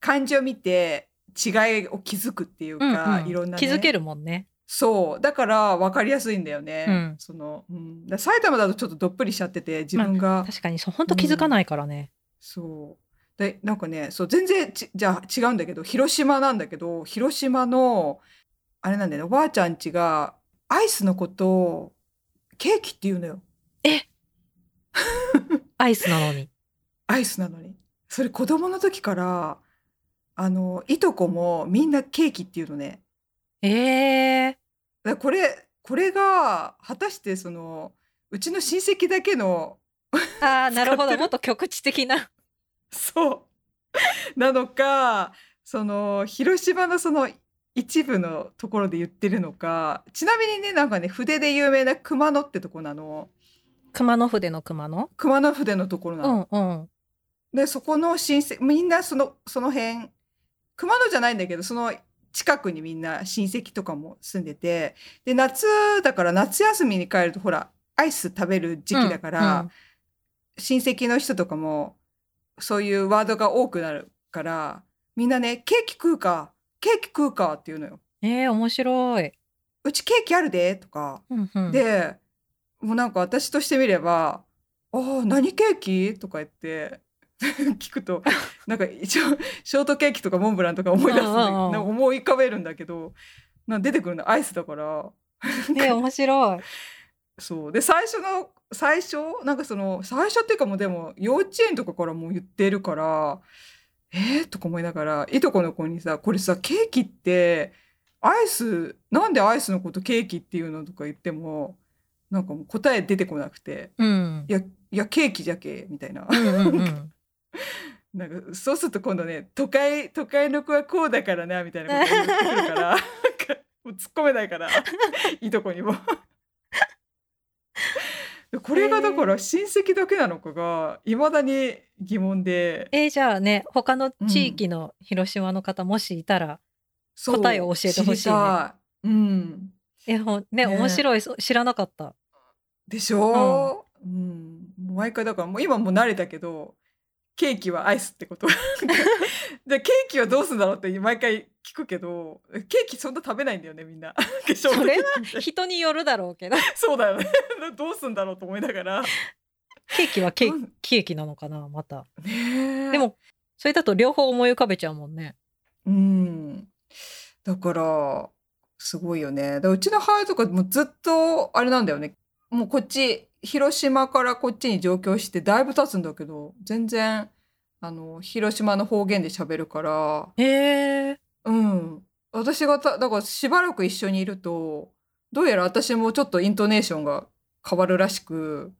A: 感じを見て違いを気づくっていうか、
B: うんうん
A: いろんな、ね、
B: 気づけるもんね
A: そうだから分かりやすいんだよね、
B: うん
A: そのうん、だ埼玉だとちょっとどっぷりしちゃってて自分が
B: 確かにそう本当気づかないからね、
A: そう。で、なんかね、そう、全然ち、じゃあ違うんだけど、広島なんだけど、広島の、あれなんだよね、おばあちゃんちが、アイスのことを、ケーキって言うのよ。
B: アイスなのに
A: アイスなのに。それ子供の時から、あの、いとこもみんなケーキっていうのね。
B: ええ
A: だからこれ、これが、果たしてその、うちの親戚だけの、
B: ー、ああなるほ
A: 使って
B: ど
A: る
B: もっと局地的な
A: そう。なのか、その、広島のその、一部のところで言ってるのか、ちなみにね、なんかね、筆で有名な熊野ってとこなの。
B: 熊野筆の熊野
A: 熊野筆のところなの。
B: うんうん
A: で、そこの親戚、みんなその、その辺、熊野じゃないんだけど、その近くにみんな親戚とかも住んでて、で、夏だから夏休みに帰ると、ほら、アイス食べる時期だから、
B: うんうん
A: 親戚の人とかもそういうワードが多くなるからみんなね「ケーキ食うかケーキ食うか」って言うのよ。
B: ええ面白い、
A: うちケーキあるでとか。
B: うんうん、
A: でもうなんか私としてみれば「あー何ケーキ?」とか言って 聞く となんか一応ショートケーキとかモンブランとか思い出すんだけ
B: うんう
A: ど
B: んうん
A: なんか思い浮かべるんだけどなんか出てくるのアイスだから
B: ええ面白い
A: そうで最初の最初なんかその最初っていうかもうでも幼稚園とかからもう言ってるからえー、とか思いながらいとこの子にさ「これさケーキってアイスなんでアイスのことケーキっていうの?」とか言ってもなんかもう答え出てこなくて
B: うん
A: 「いやいやケーキじゃけ」みたいな
B: うんう んうん
A: なんかそうすると今度ね「都会都会の子はこうだからな」みたいなこと言ってくる からなんかもう突っ込めないからいとこに も。これがだから親戚だけなのかがいまだに疑問で
B: えー、じゃあね他の地域の広島の方もしいたら、
A: そう
B: 答えを教えてほし
A: 知
B: いね
A: りたいうん、
B: えほんね
A: ね
B: 面白いそう知らなかった
A: でしょう、うんもう毎回だからもう今もう慣れたけどケーキはアイスって ことじゃあケーキはどうするんだろうって毎回聞くけどケーキそんな食べないんだよねみん な。そ
B: それは人によるだろうけ ど
A: そうだよねどうすんだろうと思いながら。
B: ケーキはケ
A: う
B: ー
A: ん
B: ケーキなのかなまた
A: ねえ
B: で、もそれだと両方思い浮かべちゃうもんね
A: うん、だからすごいよね。だからうちの母親とかもうずっとあれなんだよね。もうこっち広島からこっちに上京してだいぶ経つんだけど全然あの広島の方言で喋るから
B: ええ
A: うん私がただからしばらく一緒にいるとどうやら私もちょっとイントネーションが変わるらしく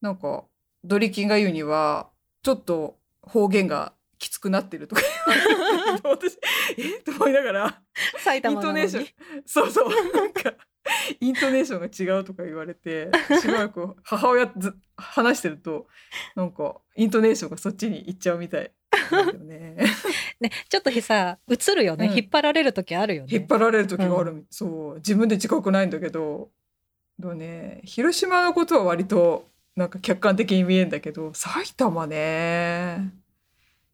A: なんかドリキンが言うにはちょっと方言がきつくなってるとか言 われて私えっと思いながら
B: 埼
A: イン
B: 玉な
A: ト
B: の
A: ネ
B: に
A: ーションそうそうなんか イントネーションが違うとか言われ てしばらく母親とず話してるとなんかイントネーションがそっちに行っちゃうみたいなんだよね
B: ね、ちょっとさ、映るよね、
A: うん
B: 引っ張られる時あるよね。
A: 引っ張られる時がある、そう自分で自覚ないんだけどだからね広島のことは割となんか客観的に見えるんだけど埼玉ね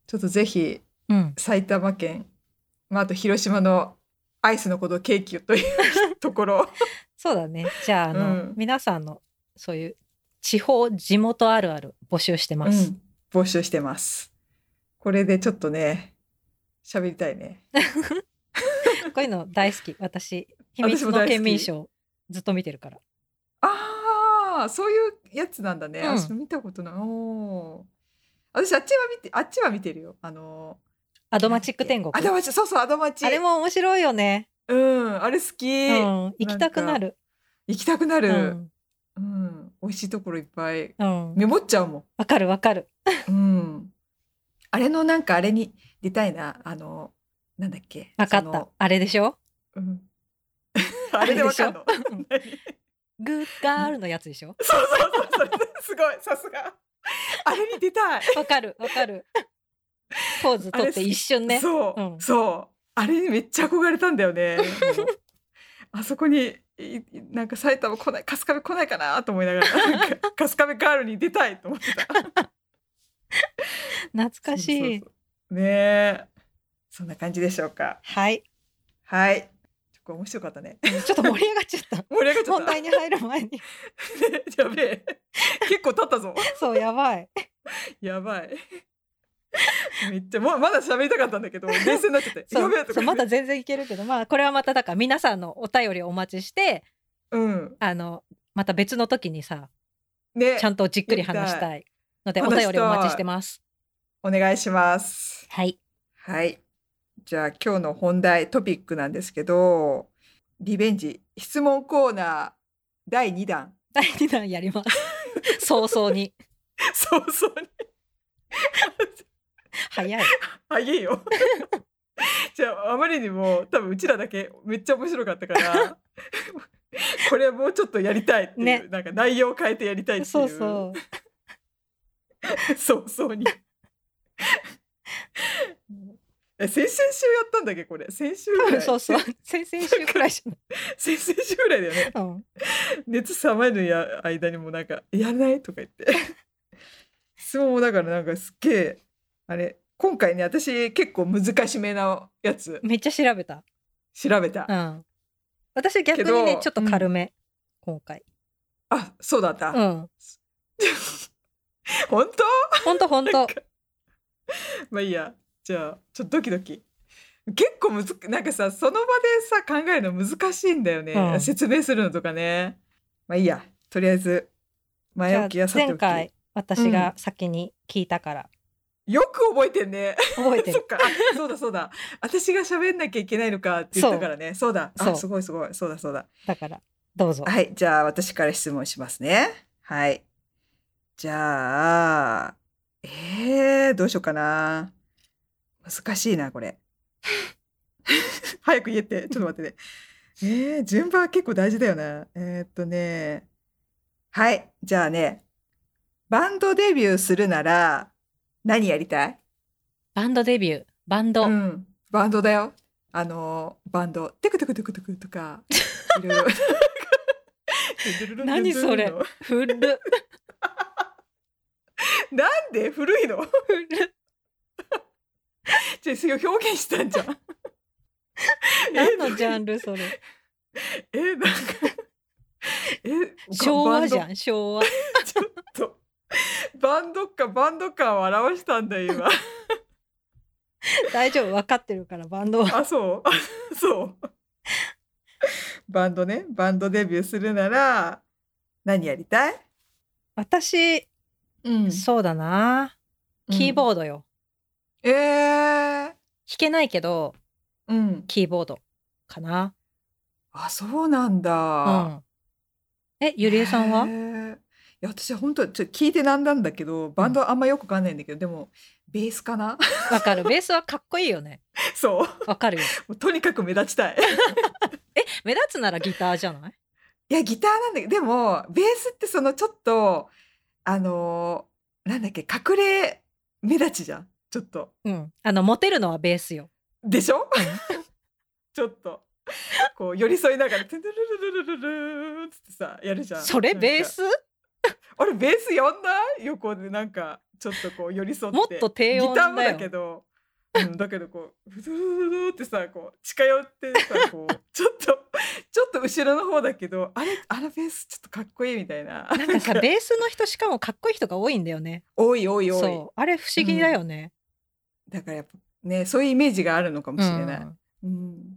A: ちょっとぜひ
B: うん。
A: 埼玉県、まあ、あと広島のアイスのことをケーキという ところ
B: そうだね。じゃあ、あの、
A: うん
B: 皆さんの、そういう、地方、地元あるある募集してま
A: う
B: す。
A: ん、募集してます。これでちょっとね、喋りたいね。
B: こういうの大好き。 私、秘
A: 私
B: 密
A: も大好き
B: の県民賞、ずっと見てるから。
A: ああ、そういうやつなんだね。
B: うん
A: 私も見たことない。おー私あっちは見て、あっちは見てるよ。あの
B: アドマチック天国。
A: アドマチ、そうそう、アドマチ。
B: あれも面白いよね。
A: うん、あれ好き。
B: うん。行きたくなる。
A: 行きたくな
B: う
A: る、
B: ん。
A: うん。美味しいところいっぱい。
B: うん。
A: メモっちゃうもん。
B: わかるわかる。
A: うん。あれのなんかあれに出たいな。あの、なんだっけ。
B: わか
A: そ
B: った
A: の。。
B: あれでしょ
A: うん、 あれでわかんの。
B: あれでしょグッガールのやつでしょ
A: そうそうそうそれすごいさすがあれに出たい、
B: わかるわかる。ポーズ取って一瞬ね。
A: そう、
B: うん
A: そうあれにめっちゃ憧れたんだよ ねもうあそこにいいなんか埼玉来ない春日部来ないかなと思いながらなんか春日部ガールに出たいと思ってた
B: 懐かしい。
A: そうそうそうねえそんな感じでしょうか
B: はい。
A: はいちょっと面白かったね
B: ちょっと盛り上 がっちゃった。
A: 盛り上がっちゃった
B: 本題に入る前に。
A: やべえ結構経ったぞ
B: そう、やばい。
A: やばいめっちゃままだ喋りたかったんだけど冷静になっちゃって
B: そ
A: や
B: う
A: べえと
B: そ
A: か
B: うまだ全然いけるけど、まあ、これはまただから皆さんのお便りをお待ちして、
A: うん
B: あの、また別の時にさ、
A: ね
B: ちゃんとじっくり話したいので、お
A: 話したい
B: 便りお待ちしてます。
A: お願いします。
B: はい。
A: はい。じゃあ今日の本題トピックなんですけど、リベンジ質問コーナー第2弾。
B: 第2弾や ります。早々に。
A: 早々に
B: 早い。
A: 早いよ。 じゃああまりにも多分うちらだけめっちゃ面白かった から。これもうちょっとやりたいっていう、
B: ね
A: なんか内容を変えてやりたいっていう
B: そうそ
A: 早
B: う。
A: 々 にえ先々週やったんだっけこれ先週
B: 多
A: ぐら
B: 分
A: い
B: そうそう。先々週くらいじゃない。
A: 先々週ぐらいだよね
B: うん、
A: 熱冷めるや間にもなんか「やらない?」とか言 って質問もだからなんかすっげえあれ今回ね私結構難しめなやつ
B: めっちゃ調べた。
A: 調べた、
B: うん。私逆に
A: け
B: ね
A: ど、
B: ちょっと軽め。今回。
A: あそうだった、
B: うん。
A: 本当
B: ほんとほんと。
A: まあいいやじゃあちょっとドキドキ結構むずなんかさその場でさ考えるの難しいんだよね、
B: うん
A: 説明するのとかねまあいいやとりあえず前置き
B: じゃ
A: や
B: あ
A: さてお
B: 前
A: き
B: 回私が先に聞いたから、
A: よく覚えてんね
B: 覚え て
A: そ
B: る
A: っかあそうだそうだ私が喋んなきゃいけないのかって言ったからねそうだ
B: そ
A: あ
B: う
A: すごいすごいそうだそうだ
B: だからどうぞ
A: はいじゃあ私から質問しますねはいじゃあえー、どうしようかな難しいなこれ早く言えってちょっと待ってねえー、順番結構大事だよなえー、っとねはいじゃあねバンドデビューするなら何やりたい
B: バンドデビューバンド、
A: うん、バンドだよ。あのバンド、テクテクテクテクと か、いろいろ
B: 何それ
A: なん
B: フルフ
A: で古いの？
B: ル
A: じゃそれを表現したん じゃん。
B: 何のジャン
A: ル？
B: ルそ れ
A: えなんかえ
B: 昭和じゃ
A: ん。
B: ん昭和
A: ちょっとバンドかバンド感を表したんだよ今。
B: 大丈夫分かってるからバンドは
A: あそうそう。 バンドねバンドデビューするなら何やりたい？
B: 私、
A: うん
B: そうだなキー
A: ード。
B: ボードよ
A: えー。
B: 弾けないけど
A: うん。
B: キーボードかな
A: あ、そうなん
B: う
A: だ。
B: んえゆりえさんは
A: へーいや、私本当ちょっと聞いてなんだんだけど、バンドあんまよくわかんないんだけど、でもベースか な。
B: わかるベースはかっこいいよね
A: そう。も
B: わかるよ
A: うとにかく目立ちたい。
B: 目立つならギターじゃない
A: いや、ギターなんだけど、でも、ベースってそのちょっと、あのーなんだっけ、隠れ目立ちじゃん。ちょっと。
B: うん。あの、モテるのはベースよ。
A: でしょちょっと。こう寄り添いながら「トゥルルルルルルーン」つってさやるじゃん
B: それ
A: なんか
B: ベース
A: あれベースやんない横でなんかちょっとこう寄り添って
B: もっと低音だ
A: ギタ
B: よ
A: ーもだけど、うん、だけどこうふずふずってさこう近寄ってさこう ちょっとちょっと後ろの方だけどあれあれベースちょっとかっこいいみたいな
B: なんかさ、ベースの人しかもかっこいい人が多いんだよね。
A: 多い多い多い
B: そう。あれ不思議だよね。
A: だからやっぱねそういうイメージがあるのかもしれない、
B: うん
A: うん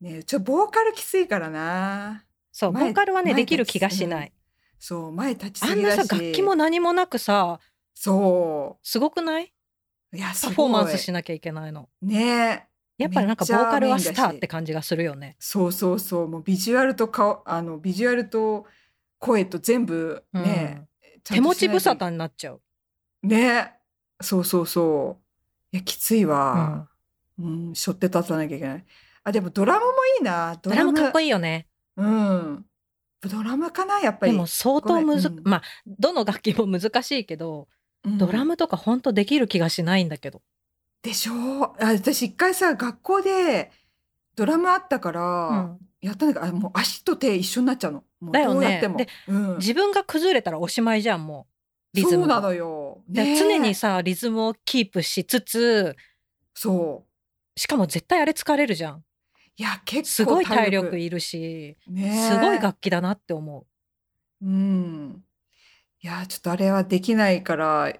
A: ねちょボーカルきついからな
B: そう、ボ
A: 前
B: ーカルはね、
A: 前
B: できる気がしない。
A: そう前立ち
B: あ
A: す
B: ん
A: ぎ
B: な
A: だし
B: さ、楽器も何もなくさ、
A: そ
B: すごくないう
A: いやす
B: パ
A: ごい
B: フォーマンスしなきゃいけないの。
A: ね
B: やっぱりなんか
A: めっち
B: ボ
A: ゃ
B: ーカルは
A: メインだ
B: ス
A: し
B: ターって感じがするよね。
A: そうそうそうもうビジュアルと顔あのビジュアルと声と全部
B: うん
A: ね、ちゃ
B: 手
A: ん
B: 持
A: とし
B: ち
A: ないと
B: 無沙汰になっちゃう。
A: ねそうそうそういやきついわ、
B: う
A: うん背負って立たなきゃいけないあでもドラムもいいなんド
B: ドラ
A: ラム
B: ムかっこいいよね。
A: うんドラムかなやっぱ
B: で
A: り
B: も相当むず、
A: ごめんうん
B: まあどの楽器も難しいけど、
A: うん
B: ドラムとかほんとできる気がしないんだけど。
A: でしょあ私一回さ学校でドラムあったから、
B: うん
A: やったんだけどあもう足と手一緒になっちゃうのもう
B: だよね
A: どうやっても、
B: で
A: うん、
B: 自分が崩れたらおしまいじゃんもうリズ
A: そ
B: ム
A: うな
B: が
A: のよ、
B: で
A: ね
B: 常にさリズムをキープしつつ
A: そう
B: しかも絶対あれ疲れるじゃん
A: いや結
B: す
A: 構
B: ごい体力いるし、
A: ねえ
B: すごい楽器だなって思
A: うんいやちょっとあれはできないから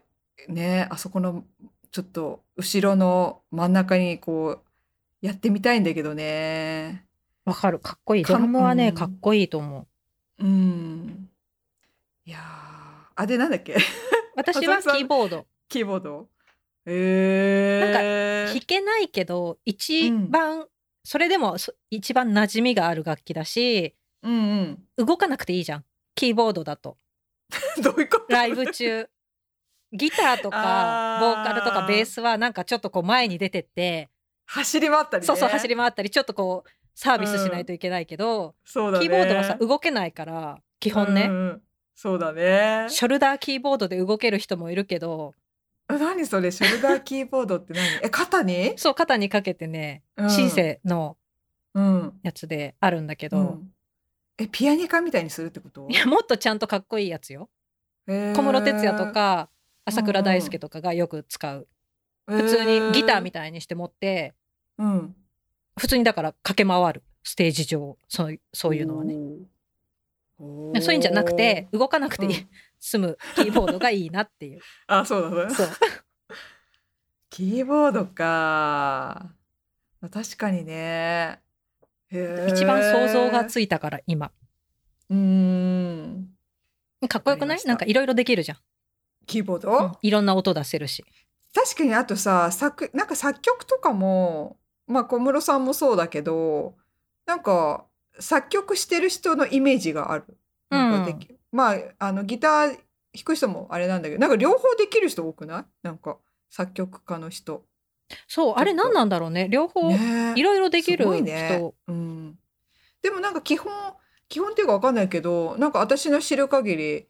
A: ねあそこのちょっと後ろの真ん中にこうやってみたいんだけどね
B: うわかるかっこいい
A: か
B: ドラムは
A: う
B: ね
A: ん
B: かっこいいと思う
A: うんいやーあでなんだっけ
B: 私は
A: 浅草さん
B: キーボード
A: キーボードえー、
B: 弾けないけど一番、それでもそ一番馴染みがある楽器だし
A: うんうん
B: 動かなくていいじゃんキーボードだと
A: どういうこと
B: ライブ中 ギターと
A: あ
B: か
A: ー
B: ボーカルとかベースはなんかちょっとこう前に出てって
A: 走り回ったりね
B: そうそう走り回ったりちょっとこうサービスしないといけないけど、
A: そうだね
B: キーボードはさ動けないから基本
A: うん
B: ね、
A: うんそうだね
B: ショルダーキーボードで動ける人もいるけど
A: 何それショルダーキーボードって何え肩に、
B: そう肩にかけてね
A: うん
B: シンセの
A: うん
B: やつであるんだけ
A: う
B: ど、
A: んえピアニカみたいにするってこと
B: いやもっとちゃんとかっこいいやつよ小
A: 小
B: 室哲哉とか朝倉大輔とかがよく使う、
A: 普
B: 普通にギターみ
A: た
B: たいにして持って
A: いうん
B: 普通にだから駆け回るステージ上そういそういうのはね
A: お
B: で
A: ー
B: そういうんじゃなくて動かなくていい、
A: うん
B: 済むキーボードがいいなっていう
A: あ そうだね
B: そう
A: キーボードか確かにねへー
B: 一番想像がついたから今
A: うーん
B: かっこよ
A: わ
B: くな
A: かりま
B: い
A: した
B: なんかいろいろできるじゃん、
A: キーボード、
B: うんいろんな音出せるし
A: 確かにあとさ作なんか作曲とかもまあ小室さんもそうだけどなんか作曲してる人のイメージがある。なんかできまああのギター弾く人もあれなんだけどなんか両方できる人多くないなんか作曲家の人。
B: そうあれ何なんだろうね両方
A: ねえ
B: いろいろでき
A: す
B: る人、
A: ごいねうん、でもなんか基本基本っていうかわかんないけどなんか私の知る限り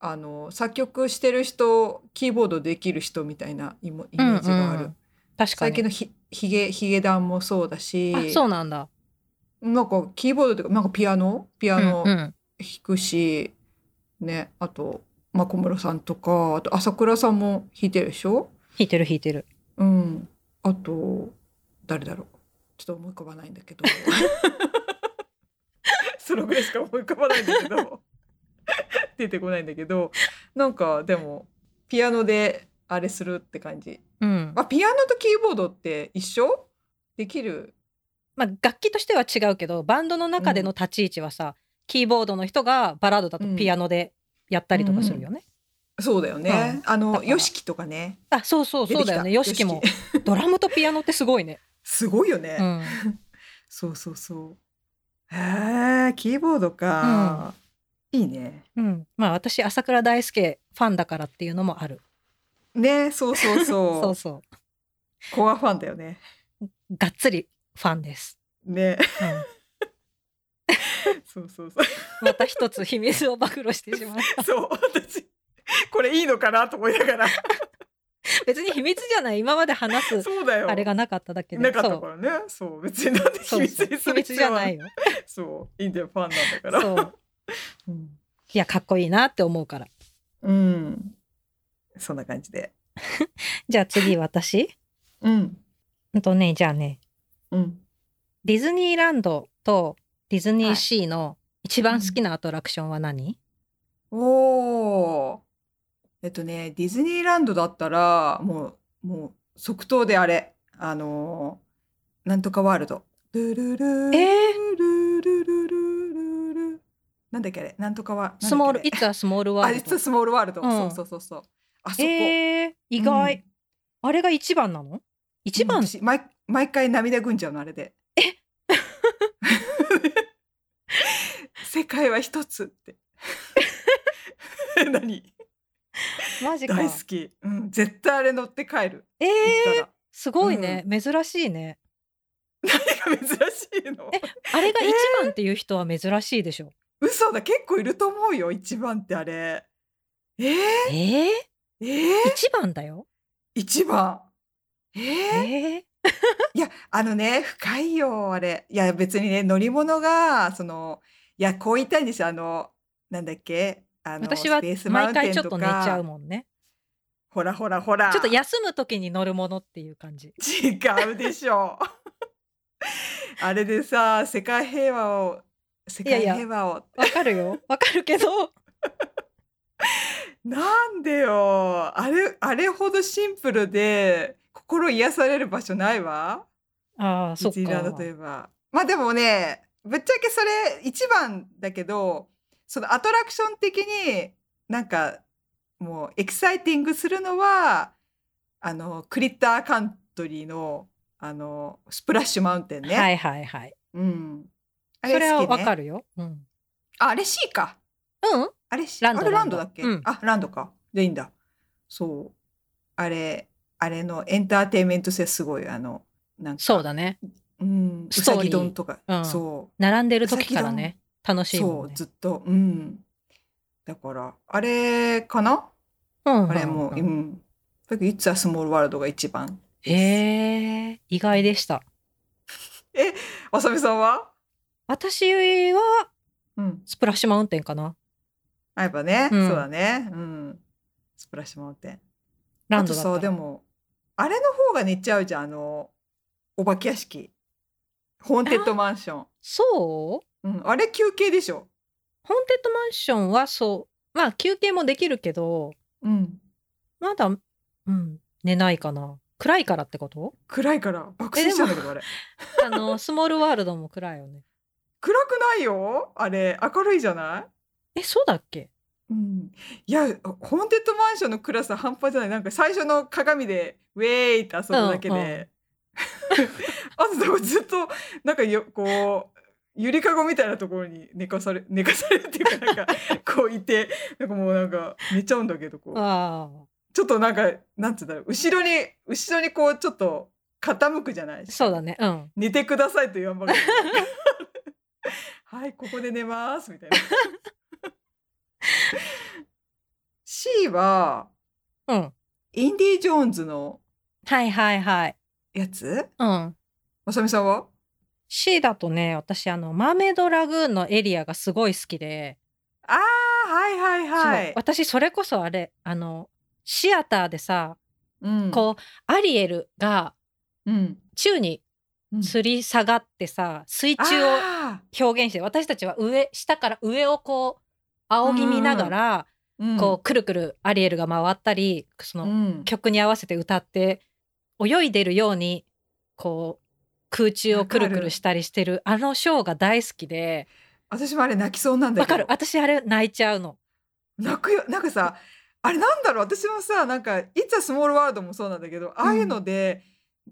A: あの作曲してる人キーボードできる人みたいなイモイメージがある。
B: うんうん確か
A: 最近
B: に
A: のひひげひげダンもそうだし
B: あそうなんだ
A: なんかキーボードというかなんかピアノピアノ
B: うんう
A: 弾
B: ん
A: くし、ねあと、まあ、小室さんとかあと朝倉さんも弾いてるでしょ
B: 弾いてる弾いてる
A: うんあと誰だろうちょっと思い浮かばないんだけどそのぐらいしか思い浮かばないんだけ ど出てこないんだけどなんかでもピアノであれするって感じ
B: うん
A: まあ、ピアノとキーボードって一緒できる
B: まあ楽器としては違うけどバンドの中での立ち位置はさ、キーボードの人がバラードだと
A: うん
B: ピアノでやったりとかするよね、
A: そうだよね。あ
B: だ
A: の、
B: から
A: ヨシキとかね。
B: あそうそうそうだよね
A: 出
B: よ
A: て
B: し
A: きた
B: きも。ドラムとピアノってすごいね、
A: すごいよ ね。
B: うん、
A: そうそうそう。へえ、キーボードか。いいね。
B: うん、まあ私朝倉大輔ファンだからっていうのもある
A: ね、そうそうそう。
B: そうそう
A: コアファンだよね。
B: がっつりファンです。
A: ね。 そうそうそう。
B: また一つ秘密を暴露してしまった
A: そう、私、これいいのかなと思いながら。
B: 別に秘密じゃない今まで話す
A: そうだよ。
B: あれがなかっただけで
A: なかったからね。そう、別になんで
B: そ
A: 秘
B: う
A: 密
B: そう
A: に
B: 秘
A: する
B: 密
A: 必
B: じゃ
A: 要は
B: ない。よ
A: そう、いいんだよ、ファンなんだから。
B: そう
A: うん
B: いやかっこいいなって思うから
A: うん。 そんな感じで。
B: じゃあ次私
A: うん。
B: うんとねじゃあね
A: うん。
B: ディズニーランドとディズニーシーの一番好きなアトラクションは何、
A: おー。えっとね、ディズニーランドだったら、もう、もう、即答であれ。あのーなんとかワールド。ルルルー
B: え
A: ルルルルルルルなんだっけあれなんとかは。
B: スモー
A: なんだっ
B: ル、
A: け
B: いつはスモール
A: あ
B: ワ
A: れあ、
B: ール
A: 実
B: ド
A: は。スモールワールド。
B: うん
A: そうそうそうそう。あそこ。
B: えー、意外、
A: うん
B: あれが一番なの一番、
A: うん私毎毎回涙ぐんじゃうのあれで。え 世界は一つ って。何
B: マジか。
A: 大好き、うん。絶対あれ乗って帰る。
B: えー、
A: 行っ
B: すごいね、珍しいね。
A: たら 珍しいの。
B: あれが一番っていう人は珍しいでしょ。
A: 嘘だ結構いると思うよ一番ってあれ。えー、
B: えー、
A: えー、
B: 一番だよ。
A: 一番。え
B: え
A: ー、
B: ー、
A: いや、あのね、深いよ、あれ。いや、別にね、乗り物が、その、いや、こう言いたいんですよ。あの、なんだっけあの、
B: 私は
A: スペースマウ
B: 毎
A: ンテ
B: 回
A: ン
B: ちょっ
A: と
B: と
A: か、
B: 寝ちゃうもんね。
A: ほらほらほら。
B: ちょっと休む時に乗るものっていう感 じ。
A: 違うでしょ。あれでさ、世界平和を、世界
B: いやいや
A: 平和を。
B: わかるよ。わかるけど、
A: なんでよ。あれ、あれほどシンプルで、心癒される場所ないわ。
B: ああ、そっ
A: ディズニーランド
B: か
A: とい。えば。まあでもね、ぶっちゃけそれ一番だけど、そのアトラクション的になんかもうエキサイティングするのは、あの、クリッターカントリーの、あの、スプラッシュマウンテンね。
B: はいはいはい。
A: うん。あ
B: それはわか
A: る。
B: るよ。うん。
A: あ、あれ C か。
B: うん。
A: あれ C。
B: ランド
A: あれランドだっけ、
B: ランドうん
A: あ、ランドか。でいいんだ。そう。あれ、あれのエンターテインメント性すごい、あの、なんか。
B: そうだね。
A: うん、う
B: スト
A: さ
B: ーリー
A: ぎ丼とか、
B: うん
A: そう
B: 並んでる時からね、楽しい
A: そ
B: もん
A: う
B: ね。
A: ずっとうんだからあれかな
B: うん
A: あれもう
B: うん
A: んだけど「It's a Small World」が一番
B: へえ、意外でした。
A: わさみさんは
B: 私は
A: うん
B: スプラッシュマウンテンかな。
A: あやっぱね、
B: うん
A: そうだねうんスプラッシュマウンテン
B: ランドだ
A: あと
B: った
A: さ
B: ら。
A: でもあれの方が寝ちゃうじゃんあのお化け屋敷ホーンテッドマンション
B: そう
A: うん、あれ休憩でしょ
B: ホーンテッドマンションはそう。まあ休憩もできるけど、
A: うん
B: まだ、うん、寝ないかな。暗いからってこと
A: 暗いから爆睡しちゃうんだけどあれ
B: あの、 スモールワールドも暗いよね。
A: 暗くないよあれ明るいじゃない
B: え、そうだっけ
A: うん、いやホーンテッドマンションの暗さ半端じゃないなんか最初の鏡で「ウェーイ!」って遊ぶだけで、
B: うんうん
A: あとでもずっとなんかよこうゆりかごみたいなところに寝かされ寝かされるっていう かなんかこういてなんかもうなんか寝ちゃうんだけどこう
B: ああ、
A: ちょっとなんかなんつうんだろう後ろに後ろにこうちょっと傾くじゃない
B: そうだね。うん。
A: 寝てくださいと言わん ばかりにはいここで寝ますみたいな C は
B: うん。
A: インディ・ジョーンズの
B: はいはいはい。
A: やつ
B: うん。
A: まさみさんは
B: C だとね、私、あの、マーメイドラグーンのエリアがすごい好きで、
A: あーはいはいは
B: そう
A: い
B: 私それこそあれあのシアターでさ、
A: うん
B: こうアリエルが
A: うん
B: 宙に
A: うん
B: 吊り下がってさ、水中を
A: あ
B: 表現して私たちは上下から上をこう仰ぎ見ながら、
A: ーうん
B: こうくるくるアリエルが回ったりその、
A: うん
B: 曲に合わせて歌って泳いでるようにこう空中をくるくるしたりしてるあのショーが大好きで
A: 私もあれ泣きそうなんだ
B: わ
A: け
B: か
A: ど
B: る私あれ泣いちゃうの。
A: 泣くよなんかさあれなんだろう私もさなんか「いつはスモールワールド」もそうなんだけどああいうので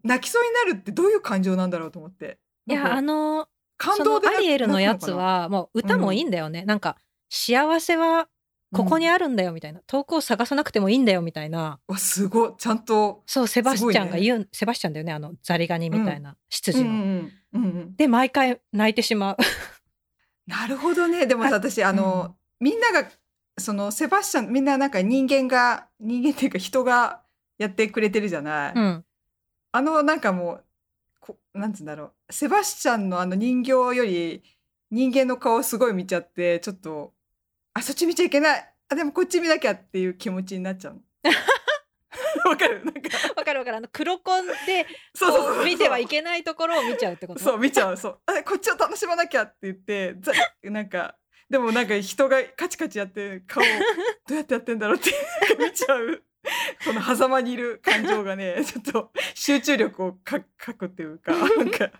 A: 泣きそうになるってどういう感情なんだろうと思って
B: い
A: なんか
B: やあの
A: 感
B: そ
A: 動
B: の
A: で
B: アリエルのや
A: 泣く
B: つ
A: かな
B: はもう歌もいいんだよね、なんか幸せはここにあるんだよみたいな、遠くを探さなくてもいいんだよみたいな
A: わすごいちゃんと、
B: そうセバスチャン
A: す
B: が
A: ごいね
B: 言う、セバスチャンだよねあのザリガニみたいな執
A: うん
B: 事
A: う
B: の。
A: んうんうんうん、
B: で毎回泣いてしまう
A: なるほどね。でもさ
B: あ
A: 私あの、みんながそのセバスチャンみんななんか人間が人間っていうか人がやってくれてるじゃない。
B: うん、
A: あのなんかもうこなんつうんだろうセバスチャンのあの人形より人間の顔すごい見ちゃってちょっとあそっち見ちゃいけないあでもこっち見なきゃっていう気持ちになっちゃう の。わかるなんか
B: わかるわかるあの黒コンで
A: そうそうそう
B: こ
A: そう
B: う見てはいけないところを見ちゃうってこと
A: そう見ちゃうそうあこっちを楽しまなきゃって言ってざなんかでもなんか人がカチカチやって 顔どうやってやってんだろうって見ちゃうこの狭間にいる感情が ねちょっと集中力をかかくっていうかなんか。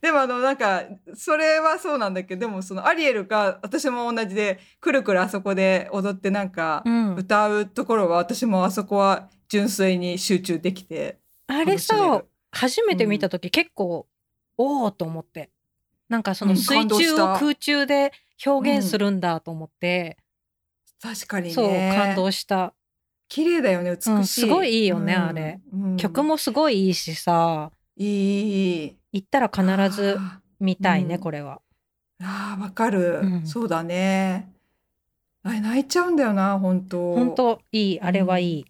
A: でもあのなんかそれはそうなんだけどでもそのアリエルが私も同じでくるくるあそこで踊ってなんか
B: うん
A: 歌うところは私もあそこは純粋に集中できて
B: あれ
A: 楽しめる
B: さ初めて見た時結構、おおと思ってなんかその
A: うん
B: 水
A: 感動
B: 中
A: した
B: を空中で表現するんだと思って、
A: 確かにね
B: そう感動した、
A: 綺麗だよね
B: うん
A: 美しい、
B: すごいいいよねあれ、
A: うん
B: 曲もすごいいいしさ
A: いいいい
B: 行ったら必ず
A: あ
B: 見たいね、
A: うん
B: これは
A: ーあーわかる、
B: うん
A: そうだねあれ泣いちゃうんだよな本当
B: 本当いいあれはいい、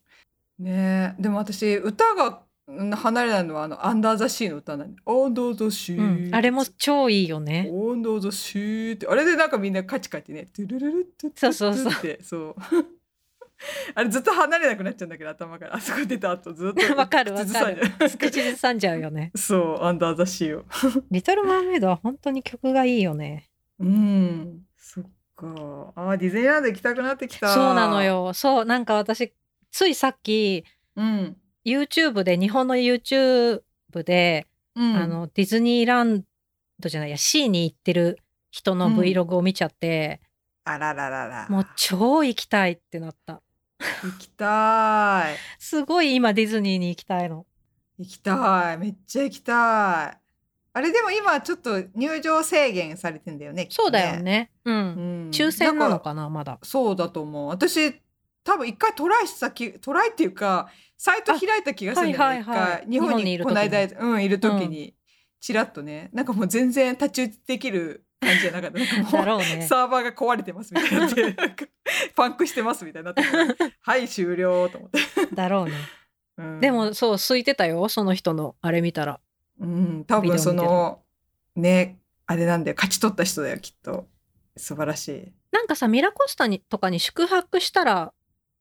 A: ねえでも私歌がうん離れないのはあのアンダーザシーの歌なんでアンダーザシ
B: う
A: ー、
B: んあれも超いいよね
A: オンドーザシューってあれでなんかみんなカチカチねトゥルルルットゥットゥットゥッってそう あれずっと離れなくなっちゃうんだけど頭からあそこ出た後ずっと
B: わかるわ
A: 口ず
B: か
A: さん
B: る
A: じゃない
B: 口ずさんじゃうよね
A: そうアンダーザシーを
B: リトル・マーメイドは本当に曲がいいよね
A: うん、そっか。あー、ディズニーランド行きたくなってきた。
B: そうなの。よそうなんか私ついさっき
A: うん。
B: YouTube で日本の YouTube で、
A: うん、
B: あ、のディズニーランドじゃないや C に行ってる人の
A: うん
B: Vlog を見ちゃって、
A: あらららら。
B: もう超行きたいってなった
A: 行きたい。
B: すごい今ディズニーに行きたいの
A: 行きたい。めっちゃ行きたい。あれでも今ちょっと入場制限されてんだよね。きっと
B: そうだよ。ねうん
A: うん、
B: 抽選なの
A: だら
B: かなまだ
A: そうだと思う。私、多分一回トライしたき、トライっていうか、サイト開いた気がするんだよね。
B: あはいはい
A: 一
B: はい
A: 回日本
B: 日本にい
A: に
B: る
A: こ
B: 時
A: の
B: に
A: 間、うん、いる時に、ちらっとね、なんかもう全然太刀打ちできる感じじゃなかった。なんかもう
B: だろう ね
A: サーバーが壊れてますみたいになって なんかパンクしてますみたいになってはい終了と思って、
B: だろうね
A: うん
B: でもそう空いてたよその人のあれ見たら
A: うん多分そのねあれなんだよ勝ち取った人だよきっと素晴らしい
B: なんかさミラコスタにとかに宿泊したら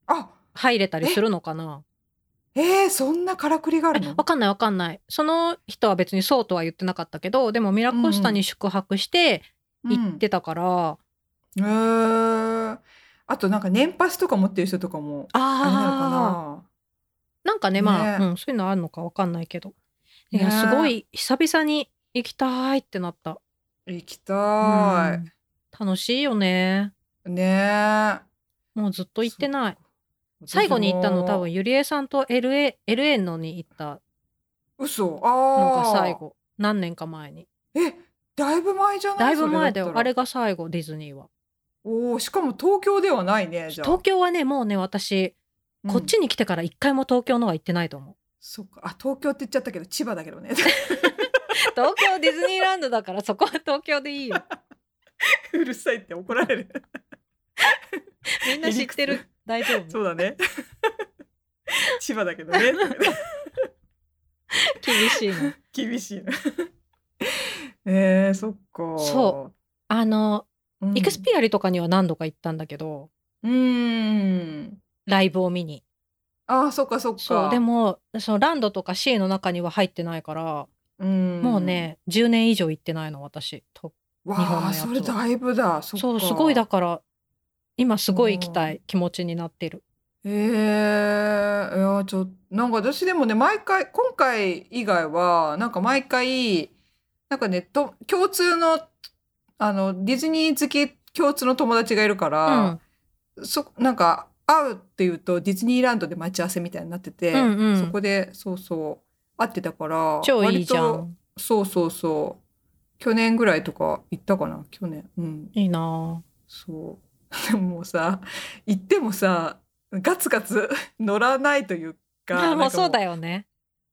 A: あ
B: 入れたりするのかな
A: えー、そんなからくりがある
B: え
A: の
B: わかんないわかんないその人は別にそうとは言ってなかったけどでもミラコスタに宿泊して行ってたから、
A: うんへーあとなんか年パスとか持ってる人とかもあれなのか
B: ああ
A: な
B: なんかねまあ、
A: ね
B: うん、そういうのあるのかわかんないけどい
A: ね
B: やすごい久々に行きたいってなった、
A: 行きたい、
B: うん楽しいよね
A: ね
B: もうずっと行ってない最後に行ったの多分ゆりえさんと LA, LA のに行った
A: 嘘
B: の
A: ああ
B: が最後何年か前に
A: えだいぶ前じゃない
B: だいぶ前だよ
A: そったら
B: あれが最後ディズニーは
A: おおしかも東京ではないねじゃあ
B: 東京はねもうね私
A: うん
B: こっちに来てから一回も東京のは行ってないと思う
A: そっかあ東京って言っちゃったけど千葉だけどね
B: 東京ディズニーランドだからそこは東京で いいよ
A: うるさいって怒られる
B: みんな知ってる大丈夫
A: そうだ ね千葉だけどね
B: 厳しいの
A: 厳しいな えー、そっか
B: そあの
A: うん、
B: エクスピアリとかには何度か行ったんだけど
A: うーん
B: ライブを見に
A: あーそっかそっか
B: そうでもそのランドとか C の中には入ってないから、
A: うん
B: もうね10年以上行ってないの私と日本の
A: わ
B: や
A: あ
B: つは
A: それだいぶだそっか
B: そうすごいだから今すごい行きたい気持ちになってる
A: えー、いやちょっとなんか私でもね毎回今回以外はなんか毎回なんかねと共通のあのディズニー好き共通の友達がいるか
B: うん
A: ら、そなんか会うっていうとディズニーランドで待ち合わせみたいになってて、
B: うんうん
A: そこでそうそう会ってたから
B: 超いいじゃ
A: 割
B: ん
A: とそうそうそう去年ぐらいとか行ったかな去年うん
B: いいな
A: そう。 でももうさ、行ってもさ、ガツガツ乗らないという
B: あ
A: か、
B: あもうそうだ
A: よ。
B: よね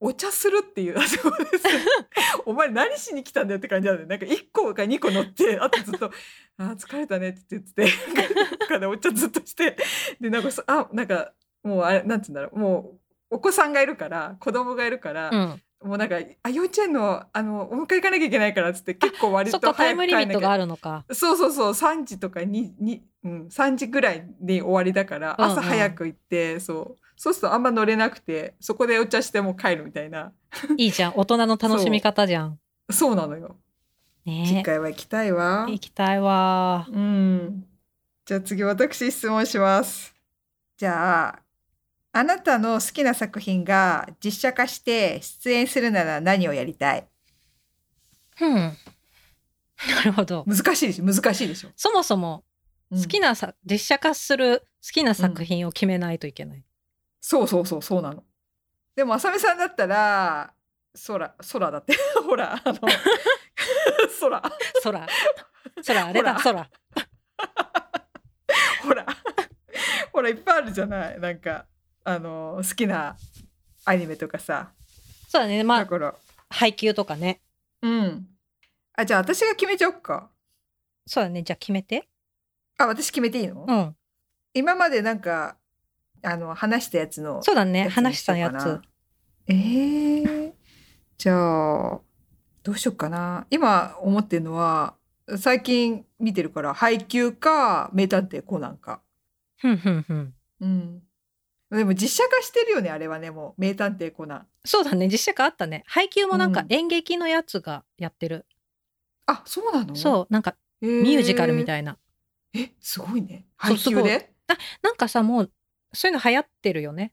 A: お茶するっていう、あそうです お前何しに来たんだよって感じなんで、なんか1個か2個乗って、あとずっと、あー疲れたねって言ってて、 からお茶ずっとして、で、なんかそ、あ、なんか、もうあれ、なんつうんだろう、もう、お子さんがいるから、子供がいるから、
B: うん、
A: もうなんか、あ、幼稚園の、あの、お迎え行かなきゃいけないからっつって、結構割
B: そっ
A: と
B: か
A: 早く
B: タイムリミットがあ
A: る。
B: るの か
A: そうそうそう、3時とかに、に、うん、3時ぐらいに終わりだから、
B: うんうん
A: 朝早く行って、そう。そうするとあんま乗れなくて、そこでお茶してもう帰るみたいな。
B: いいじゃん大人の楽しみ方じゃん
A: そうなのよ。次
B: ね
A: 回は行きたいわ。
B: 行きたいわ
A: うん。じゃあ次私質問します。
C: じゃあ、あなたの好きな作品が実写化して出演するなら何をやりたい
B: うんなるほど
A: 難しいでしょ難しいでしょ、
B: そもそも好き
A: な。
B: なさ、実写化する好きな作品を決めないといけない、
A: そうそうそう、そうなの。でも、あさみさんだったら、空、空だって。 ほら、あの、空、
B: 空空あれだ
A: ほら
B: 空
A: ほら、ほら、いっぱいあるじゃないなんか、あの、好きなアニメとかさ。
B: そうだねま
A: だ
B: あ
A: から、
B: 配給とかね
A: うん。あ、じゃあ私が決めちゃおっか。
B: そうだねじゃあ決めて
A: あ、私決めていいの、
B: うん
A: 今までなんか、あの、話したやつの
B: そうだね
A: やつに
B: 話し
A: しよ
B: た
A: うか
B: や
A: な
B: つ
A: えー、じゃあどうしよっかな今思ってるのは最近見てるから「配給」か「名探偵コナンか」
B: ふんふんふん
A: うんでも実写化してるよねあれはねもう「名探偵コナン
B: そうだね実写化あったね配給もなんか演劇のやつがやってる、」
A: あそうなの
B: そうなんか
A: う
B: ミュージカルみ
A: い
B: たいな、
A: えすごいね
B: そう
A: 配給で
B: なんかさもうそういうの流行ってるよね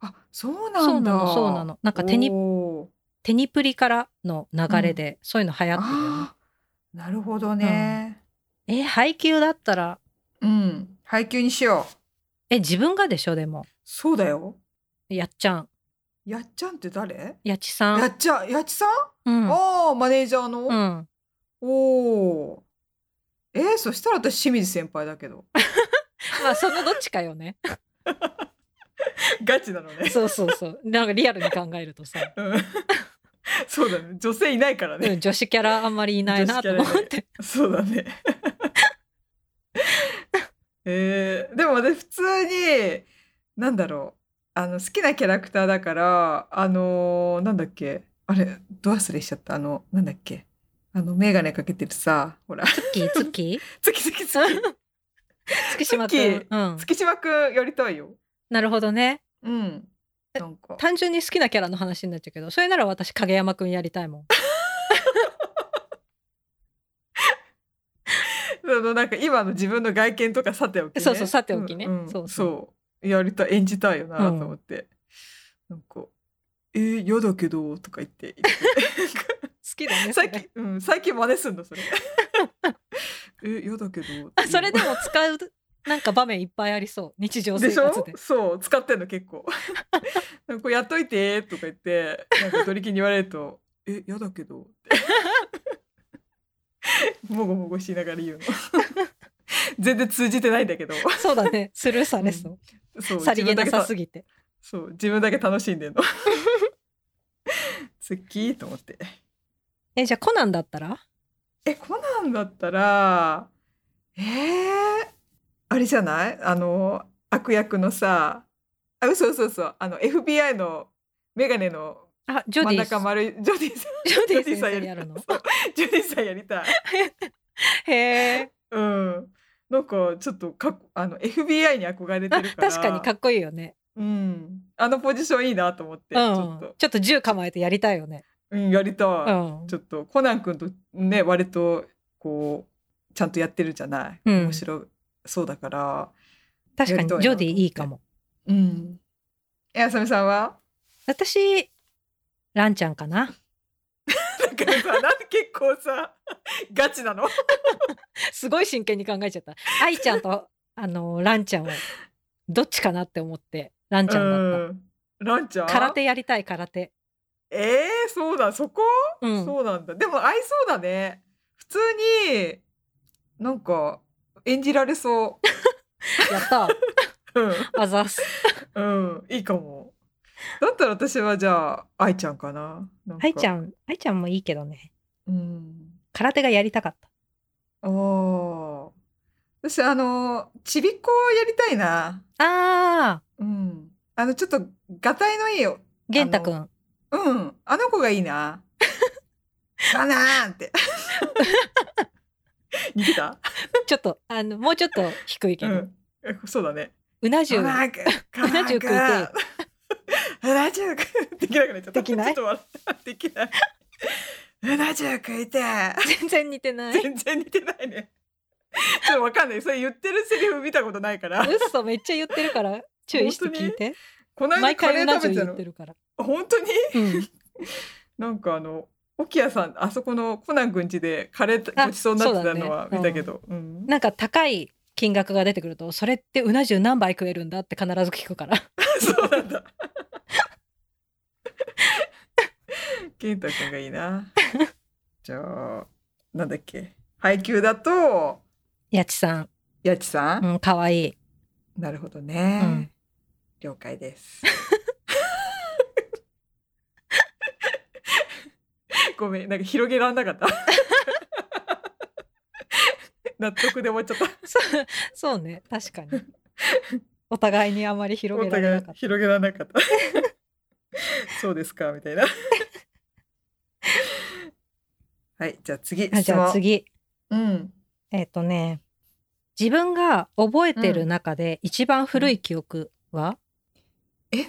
A: あそう
B: そ
A: な
B: うんな
A: だ
B: のそうなのなんか手に
A: おー
B: テニプリからの流れで、そういうの流行ってるよね
A: あーなるほどね
B: え配給だったら
A: うん配給にしよう
B: え自分がでしょでも
A: そうだよ
B: やっちゃん
A: やっちゃんって誰
B: やちさ
A: や
B: ん
A: っちゃんやっちさん
B: うん
A: ああマネージャーの、
B: うん
A: おおえー、そしたら私清水先輩だけど
B: まあそのどっちか よね
A: ガチなのね
B: そうそうそうなんかリアルに考える とさ、
A: うんそうだね女性いないからね、
B: うん、女子キャラあんまりいないなと思って、
A: そうだね えー、でも私普通になんだろうあの好きなキャラクターだからあのーなんだっけあれど忘れしちゃったあのなんだっけあの眼鏡かけてるさほら
B: 月月
A: 月月月
B: 月島
A: 月
B: 君うん
A: 月島くんやりたいよ
B: なるほどね
A: うんなんか
B: 単純に好きなキャラの話になっちゃうけどそれなら私影山くんやり たいもん
A: あのなんか今の自分の外見とかさておきね。
B: そうそうさておきね
A: うんうん
B: そ
A: そうう
B: そう
A: やりたい演じたいよなと
B: うん
A: 思って、なんかえー、嫌だけどとか言っ て言って
B: 好きだねそ
A: 最
B: れ
A: 近うん最近真似すんのそれ。 えー、嫌だけど
B: あそれでも使うなんか場面いっぱいあ りそう日常生
A: でしょ
B: 活で
A: そう使ってんの結 構なんかこれやっといてとか言ってなんか取り木に言われると「えやだけど」 ってもごもごしながら言うの 全然通じてないんだけど
B: そうだねスルーされそう、
A: そう
B: さりげ
A: 自分だ
B: な
A: け
B: さ
A: た
B: すぎて
A: そう自分だけ楽しんでん の好きと思って
B: えじゃあコナンだったら
A: えコナンだったらえー、あれじゃないあの悪役のさあ嘘嘘嘘あの FBI のメガネの
B: あジョ
A: 真ん
B: ディ
A: 中丸いジョディさん
B: ジョディ先生やるの
A: そうジョディさんやりたい
B: へえ
A: うんなんかちょっとかっあの FBI に憧れて
B: あ
A: るから
B: 確かにかっこいいよね
A: うんあのポジションいいなと思って、ち
B: う
A: ょ
B: ん
A: っと、
B: ちょっと銃構えてやりたいよね
A: うん、やりたい、
B: うん
A: ちょっとコナン君とね割とこうちゃんとやってるじゃない、
B: うん
A: 面白そうだから
B: 確
A: や
B: かに
A: りたいな
B: ジョディいいかも
A: うんえあさみさんは
B: 私ランちゃんか
A: な
B: な
A: んかさなんで結構さガチなの
B: すごい真剣に考えちゃった愛ちゃ んとあのランちゃんをどっちかなって思ってランちゃんだっ
A: んランちゃん
B: た空手やりたい空手
A: えー、そうだそこ、
B: うん
A: そうなんだでも合いそうだね普通になんか演じられそ
B: やった
A: う
B: あざっす
A: うん、うん、いいかもだったら私はじゃあ愛ちゃんかななんか
B: 愛ちゃん愛ちゃんもいいけどね
A: うん
B: 空手がやりたかった
A: ああ私あのちびっこをやりたいな
B: あー
A: うんあのちょっとがたいのいいよ
B: 玄太くん
A: うんあの子がいい なかなーって似てた、
B: ちょっとあのもうちょっと低いけ
A: う、
B: ど、うん
A: えそうだね
B: な重
A: なんか、
B: うな重食いて
A: なんかうな重食いできなくなっちゃった。
B: できない
A: ちょっと笑ったできない。 うな重食いて。
B: 全然似てない
A: 全然似てないね。ちょっとわかんない。それ言ってるセリフ見たことないから。
B: 嘘めっちゃ言ってるから注意して聞いて
A: この間
B: 毎
A: カ
B: 回
A: レ
B: う
A: ー
B: な
A: 食べ
B: 重
A: てた
B: 言
A: の
B: って。るから、
A: 本当に
B: うん、
A: なんかあの、沖谷さん、あそこのコナン君家でカレーごちそうになってたのは
B: あそうだね
A: 見たけど。うん
B: なんか高い金額が出てくるとそれってうな重何杯食えるんだって必ず聞くから
A: そうなんだ。健太君がいいな。じゃあ、なんだっけ。配給だと、
B: やちさん、
A: やちさん。
B: うん、かわいい
A: なるほどね。
B: うん
A: 了解です。ごめん、なんか広げらんなかった。納得で終わっちゃった。
B: そうそうね確 かにお互いにあまり広げられなか
A: お
B: っ
A: 互い広げられなかった。 そうですかみたいな。 はい、じゃあ次
B: たあじゃあ。次
A: うん。
B: えっ、とね自分が覚えてる中で一番古い記憶は、
A: え、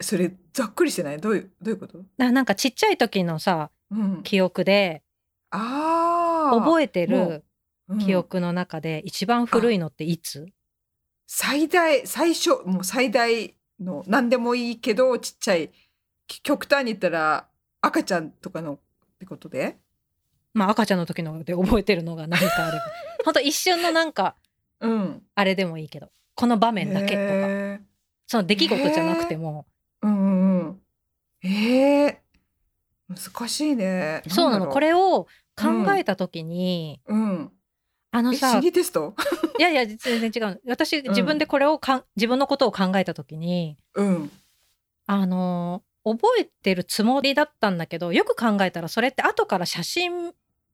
A: それざっくりしてない？どういうどういうこと？
B: ななんかちっちゃい時のさ
A: うん。
B: 記憶で
A: ああ。
B: 覚えて
A: も
B: る
A: うん
B: 記憶の中で一番古いのっていつ、
A: 最大最初もう最大の何でもいいけどちっちゃいき極端に言ったら赤ちゃんとかのってことで？
B: まあ赤ちゃんの時ので覚えてるのが何か あればほんと一瞬のなんか
A: うん。
B: あれでもいいけどこの場面だけとか
A: へー
B: その出来事じゃなくても
A: うんうんうん。ええ難しいね。
B: そうな
A: だ
B: の
A: ろ
B: これを考えた時に、
A: うん。
B: あの
A: え
B: さ
A: 心
B: い
A: 理テスト？
B: やいや全然違うの私
A: ん
B: 自分でこれをかん、自分のことを考えた時に
A: うん。
B: あのー覚えてるつもりだったんだけどよく考えたらそれって後から写真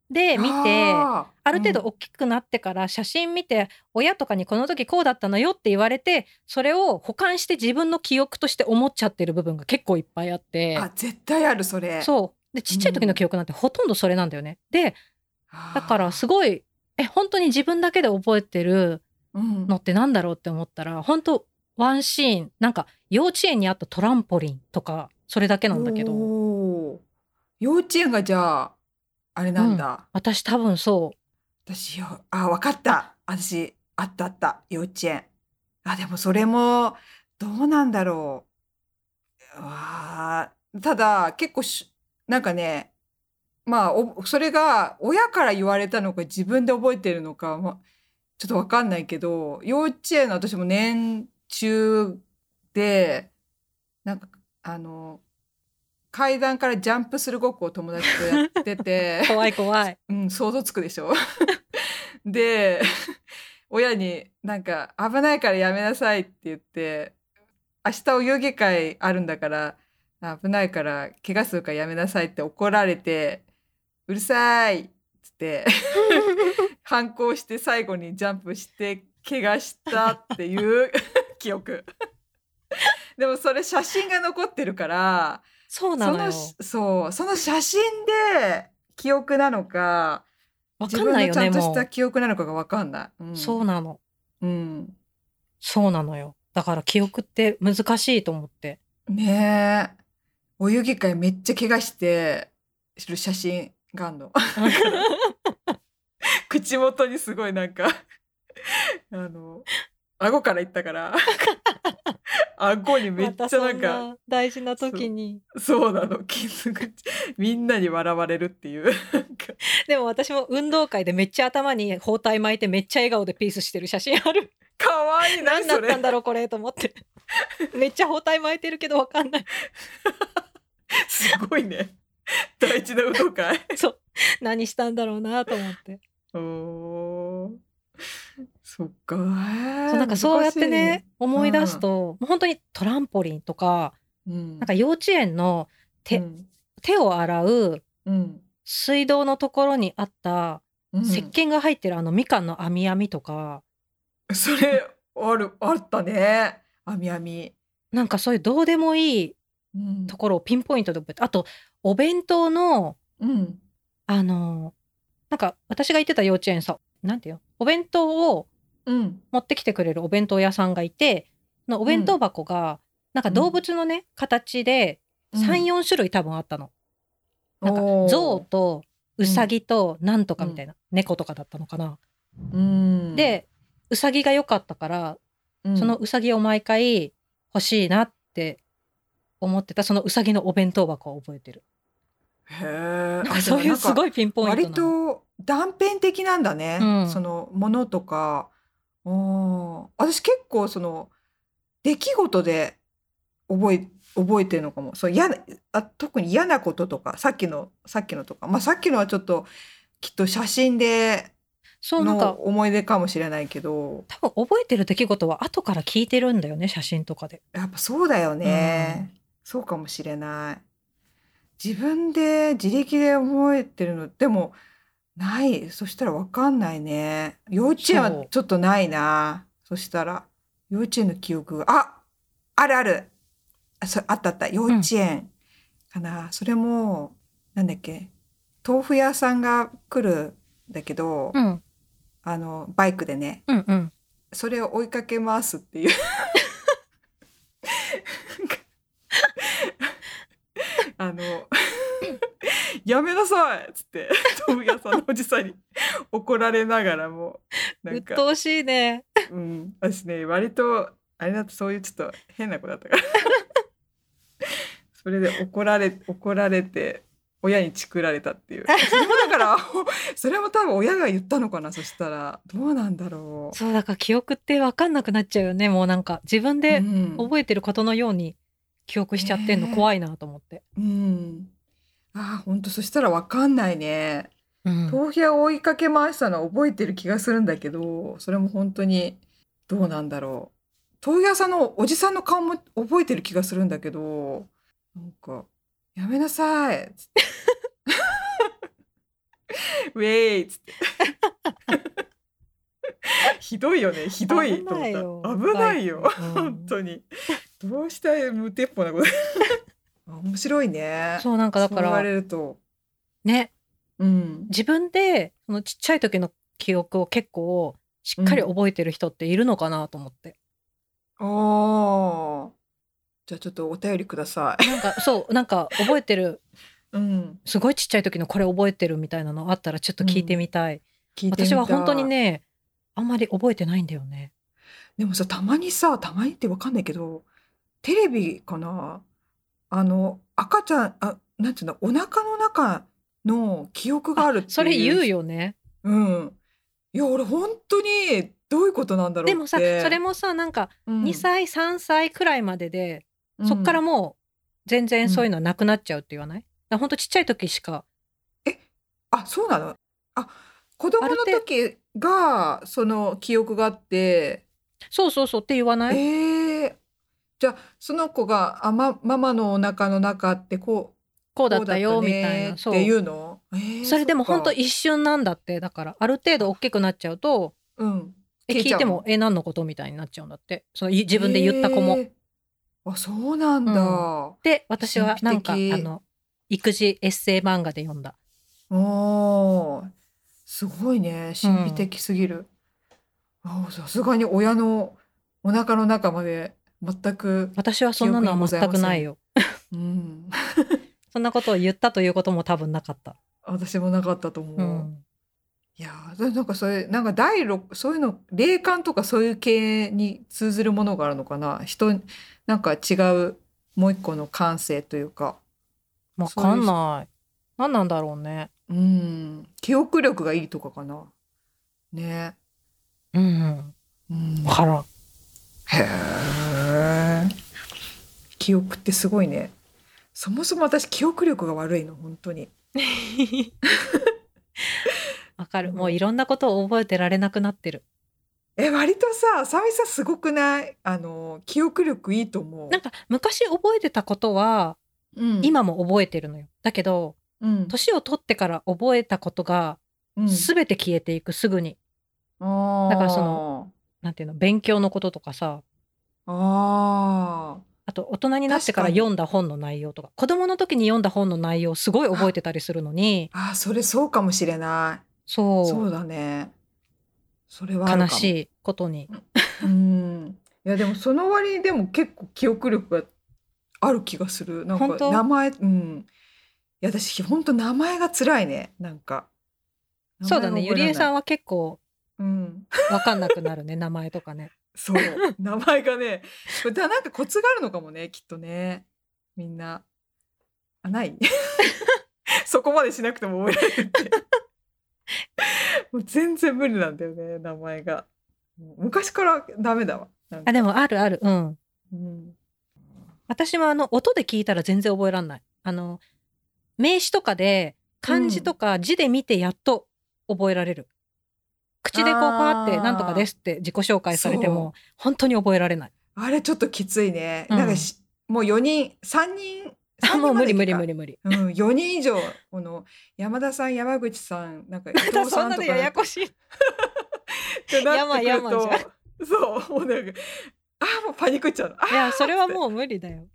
B: で見てあ
A: あー
B: る程度大きくなってから写真見て親とかにこの時こうだったのよって言われてそれを保管して自分の記憶として思っちゃってる部分が結構いっぱいあって
A: うんあ絶対あるそれ。
B: そうでちっちゃい時の記憶なんてほとんどそれなんだよね。でだからすごいえ本当に自分だけで覚えてる
A: ごい
B: のってなんだろうって思ったら本当ワンシーンなんか幼稚園にあったトランポリンとかそれだけなんだけど
A: ど。幼稚園がじゃああれなんだ。
B: 私多分そう
A: 私よあわかった。私あったあった幼稚園。あでもそれもどうなんだろう。わあただ結構しなんかね。まあ、おそれが親から言われたのか自分で覚えてるのか、まあ、ちょっとわかんないけど幼稚園の私も年中でなんかあの階段からジャンプするごっこを友達とやって て
B: 怖い怖い
A: うん、想像つくでしょ で、 親になんか危ないからやめなさいって言って、明日お遊戯会あるんだから、危ないから怪我するからやめなさいって怒られて、うるさいっつ って、反抗して最後にジャンプして怪我したっていう 記憶。でもそれ写真が残ってるから、
B: そう な
A: そ
B: のよ
A: のしそうその写真で記憶なのか
B: わかんないよね
A: 自分のちゃんとし
B: も
A: た記憶なのかがわかんない、うん、
B: うそうなの
A: うん
B: そうなのよだから記憶って難しいと 思って
A: ねえお遊戯会めっちゃ怪我してる写真があんの 口元にすごいなんか あの顎からいったから 顎にめっちゃなんか
B: 大事な
A: 時
B: 時に
A: そうなの傷口みんなに笑われるっていう なんか
B: でも私も運動会でめっちゃ頭に包帯巻いてめっちゃ笑顔でピースしてる写真 ある
A: 可愛いな
B: 何だ
A: そ
B: っ
A: れ
B: たんだろうこれと思って めっちゃ包帯巻いてるけどわかんない
A: すごいね。大事な運動会。
B: そう何したんだろうなと思って
A: おお。そっか。
B: そうなんかそうやってね思い出すと、もう本当にトランポリンとか
A: うん
B: なんか幼稚園の手,、
A: うん
B: 手を洗う
A: うん
B: 水道のところにあった
A: うん
B: 石鹸が入ってるあのみかんの網網とか、
A: それあるあったねあみあみ、
B: なんかそういうどうでもいい
A: うん
B: ところをピンポイントで覚えてあとお弁当の
A: うん
B: あのなんか私が行ってた幼稚園さなんていうのお弁当を
A: うん
B: 持ってきてくれるお弁当屋さんがいてのお弁当箱が、なんか動物のね、形で34、種類多分あったの。なんか象とウサギとなんとかみたいな、猫とかだったのかな。
A: うん、
B: でウサギが良かったから
A: うん
B: そのウサギを毎回欲しいなって思ってたそのウサギのお弁当箱を覚えてる。
A: へえ
B: なんかそういうすごいピンポイントな
A: 割と断片的なんだね、
B: うん
A: そのものとかお私結構その出来事で覚え覚えてるのかもそう嫌なあ特に嫌なこととかさっきのさっきのとか、まあ、さっきのはちょっときっと写真で
B: そうなん
A: の
B: か
A: 思い出かもしれないけど
B: 多分覚えてる出来事は後から聞いてるんだよね写真とかで。
A: やっぱそうだよね、そうかもしれない自分で自力で覚えてるのでもないそしたらわかんないね幼稚園
B: そ
A: は
B: う
A: ちょっとないなそしたら幼稚園の記憶がああるあるあそあったあった幼稚園かな、それもなんだっけ豆腐屋さんが来るんだけど、
B: うん
A: あのバイクでね
B: うんうん。
A: それを追いかけ回すっていう あの 「やめなさい!」っつって 豆腐屋さんのおじさんに怒られながらもなん
B: 鬱
A: か
B: 陶しいね。
A: うん、私ね割とあれだとそういうちょっと変な子だった からそれで怒られ怒られて親にチクられたって いうそれもだからそれも多分親が言ったのかなそしたらどうなんだろう。
B: そうだから記憶って分かんなくなっちゃうよねもうなんか自分で
A: うん
B: 覚えてることのように記憶しちゃってんの
A: ねえ
B: 怖いなと思って。
A: うん。ああ、ほんと、そしたらわかんないね。
B: うん
A: 豆腐屋を追いかけ回したのは覚えてる気がするんだけど、それも本当にどうなんだろう。豆腐屋さんのおじさんの顔も覚えてる気がするんだけど、なんか、やめなさいっつって。 ウェイっつって。 ひどいよね、ひどいと思った。危ないよ。 本当に。どうして無鉄砲なこと。 面白いね。
B: そうなんかだか
A: そう言わ
B: ら
A: れると、
B: ね
A: うん、
B: 自分でそのちっちゃい時の記憶を結構しっかり覚えてる人っているのかなと思って、
A: ああ、じゃあちょっとお便りくださ い。
B: なんかそうなんか覚えてる
A: うん、
B: すごいちっちゃい時のこれ覚えてるみたいなのあったらちょっと聞いてみたい、
A: 聞いてみたい
B: 私は本当に。ねあんまり覚えてないんだよね
A: でもさ、たまにさ、たまにってわかんないけど、テレビかな。あの赤ちゃん、あ、なんていうの、お腹の中の記憶があるっていう。
B: それ言う。よね
A: うん。いや、俺本当にどういうことなんだろうって。
B: でもさそれもさなんか
A: うん、
B: 2歳3歳くらいまでで
A: うん
B: そっからもう全然そういうのはなくなっちゃうって言わない、ほん、本当ちっちゃい時しか
A: あ、そうなの。あ、子供の時がその記憶があって。
B: そうそうそうって言わない、
A: えー、じゃあその子があ、ま、ママのお腹の中ってこ
B: こ
A: う
B: うだったよみたい
A: こうだ
B: な
A: った
B: そ
A: ねっていううのえー
B: それでも
A: っか
B: 本当一瞬なんだってだからある程度大きくなっちゃうと
A: うん
B: え
A: 消えち
B: 聞
A: ゃ
B: いうて
A: の
B: もえ何のことみたいになっちゃうんだってそのい自分で言った子も。
A: えーあそうなんだ、
B: うで私はなんかあ
A: 神秘的
B: の育児エッセイ漫画で読んだ
A: おーすごいね神秘的すぎる、あさすがに親のお腹の中まで全く、
B: 私はそんなのは
A: 記憶にございま
B: 全
A: せん
B: くないよ
A: うん、
B: そんなことを言ったということも多分なかった、
A: 私もなかったと思う、
B: うん、
A: いやーでなんかそういうなんか第六そういうの霊感とかそういう系に通ずるものがあるのかな人なんか違うもう一個の感性というか
B: わかんない何なんだろうね
A: うん記憶力がいいとかかなね
B: うん
A: うん
B: 分からん
A: へえ記憶ってすごいねそもそも私記憶力が悪いの本当に
B: わかるもういろんなことを覚えてられなくなってる
A: え割とさ浅見さんすごくないあの記憶力いいと思う
B: なんか昔覚えてたことは
A: うん
B: 今も覚えてるのよ。だけど
A: うん
B: 年を取ってから覚えたことが
A: うん
B: 全て消えていくすぐに。
A: あー
B: だからそのなんていうの勉強のこととかさ
A: あ
B: あと大人になってか
A: 確
B: ら
A: かに
B: 読んだ本の内容とか子供の時に読んだ本の内容すごい覚えてたりするのに
A: ーあーそれそうかもしれない
B: そう
A: そうだねそれはあるかも
B: 悲しいことに
A: うんいやでもその割にでも結構記憶力がある気がするなん
B: 本
A: か
B: 当
A: 名前うんいや私本当名前が辛いねなんか
B: そうだねゆりえさん
A: ん
B: は結構
A: うん
B: わかんなくなるね名前とかね
A: そう名前がねこれだなんかコツがあるのかもねきっとねみんなあない そこまでしなくても覚えられるってもう全然無理なんだよね名前がもう昔からダメだわなんか
B: あでもあるあるうん
A: うん
B: 私もあの音で聞いたら全然覚えらんないあの名詞とかで漢字とか字で見てやっと覚えられる、口でこうパーって
A: あ
B: 「
A: ー
B: なんとかです」って自己紹介されても本当に覚えられない
A: あれちょっときついね。
B: うん
A: なんかしもう4人、3人、
B: あ
A: 三人
B: もう
A: ま
B: 無
A: で
B: 理
A: い
B: 無
A: け
B: 理
A: た
B: 無理無理
A: うん、4人以上、この山田さん、山口さん、なんか伊
B: ま た
A: 藤
B: そ
A: さ
B: ん
A: ん
B: な
A: とか
B: でややこしい
A: ってなってくる
B: 山
A: と
B: 々、
A: そう、もうなんか、あーもうパニックっちゃうの。あー
B: いやそれはもう無理だよ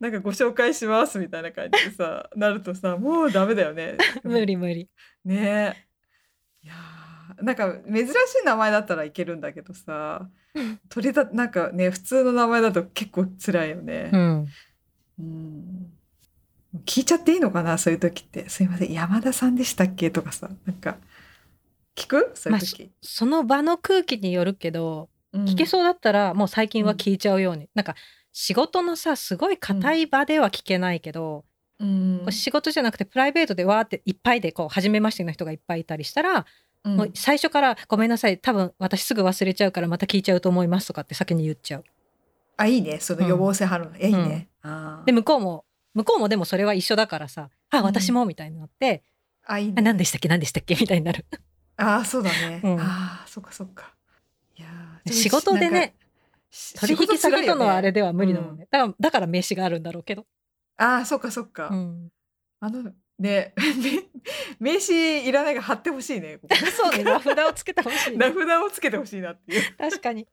A: なんかご紹介しますみたいな感じでさ、 なるとさ、もうダメだよね。
B: 無。理無理
A: ねえ。いやーなんか珍しい名前だったらいけるんだけどさ、取りた、なんかね、普通の名前だと結構辛いよね。
B: うん
A: うん聞いちゃっていいのかなそういう時って。すいません、山田さんでしたっけとかさ、なんか、聞くそういう時。
B: その場の空気によるけど
A: うん
B: 聞けそうだったらもう最近は聞いちゃうように、なんか仕事のさすごい硬い場では聞けないけど、
A: うん。
B: こう仕事じゃなくてプライベートでわーっていっぱいでこう初めましての人がいっぱいいたりしたら、
A: うん
B: もう最初から「ごめんなさい多分私すぐ忘れちゃうからまた聞いちゃうと思います」とかって先に言っちゃう。
A: あ、いいね。その予防性張るの。えいいね。あー
B: で向こうも向こうもでもそれは一緒だからさ「あ私も」みたいになって
A: あ、いいね
B: 「あ。何でしたっけ何でしたっけ」みたいに なる。
A: ああそうだね、
B: うん
A: ああそっかそっかいやー
B: 仕事でね
A: で
B: 取
A: もなんかし
B: 引先とのあれでは無理だもんね
A: う。
B: だからだから名刺があるんだろうけど。
A: ああそっかそっか、
B: うん、
A: あのね め名刺いらないが貼ってほしいねここ
B: そう ね名札をつけてほしい、
A: 名
B: ね、
A: 札をつけてほしいなっていう
B: 確かに。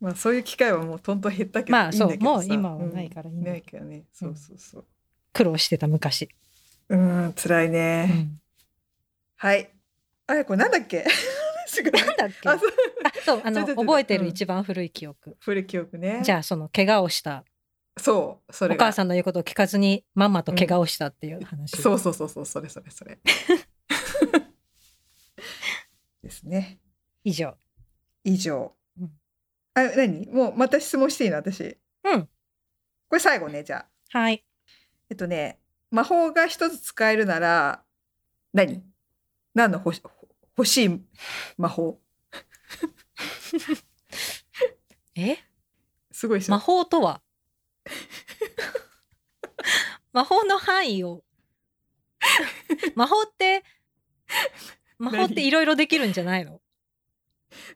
A: まあそういう機会はもうとんと減ったけど
B: まあそう
A: いいんだけどさ
B: もう今はないからいいん
A: うん
B: だけど
A: ないけどねそうそうそう
B: 苦労してた昔。
A: うんん辛いうね、
B: ん、
A: はいあれこれなんだっけ 話が
B: なんだっけ
A: あ
B: あ
A: そう
B: そうあの
A: ちょちょちょ
B: 覚えてる
A: うん
B: 一番古い記憶。
A: 古い記憶ね
B: じゃあその怪我をした
A: そうそ
B: お
A: れ
B: 母
A: が
B: さんの言うことを聞かずにまんまと怪我をしたっていう話、
A: そうそうそうそう、それそれそれ。ですね。
B: 以上
A: 以上
B: うん。
A: あ、何もうまた質問していいの私。
B: うん
A: これ最後ね、じゃあ。
B: はい
A: えっとね、魔法が一つ使えるなら、何何の欲し欲しい魔法
B: え
A: すごいでし
B: 魔
A: ょ。
B: 法と は魔法の範囲 を魔法って魔法っていろいろできるんじゃないの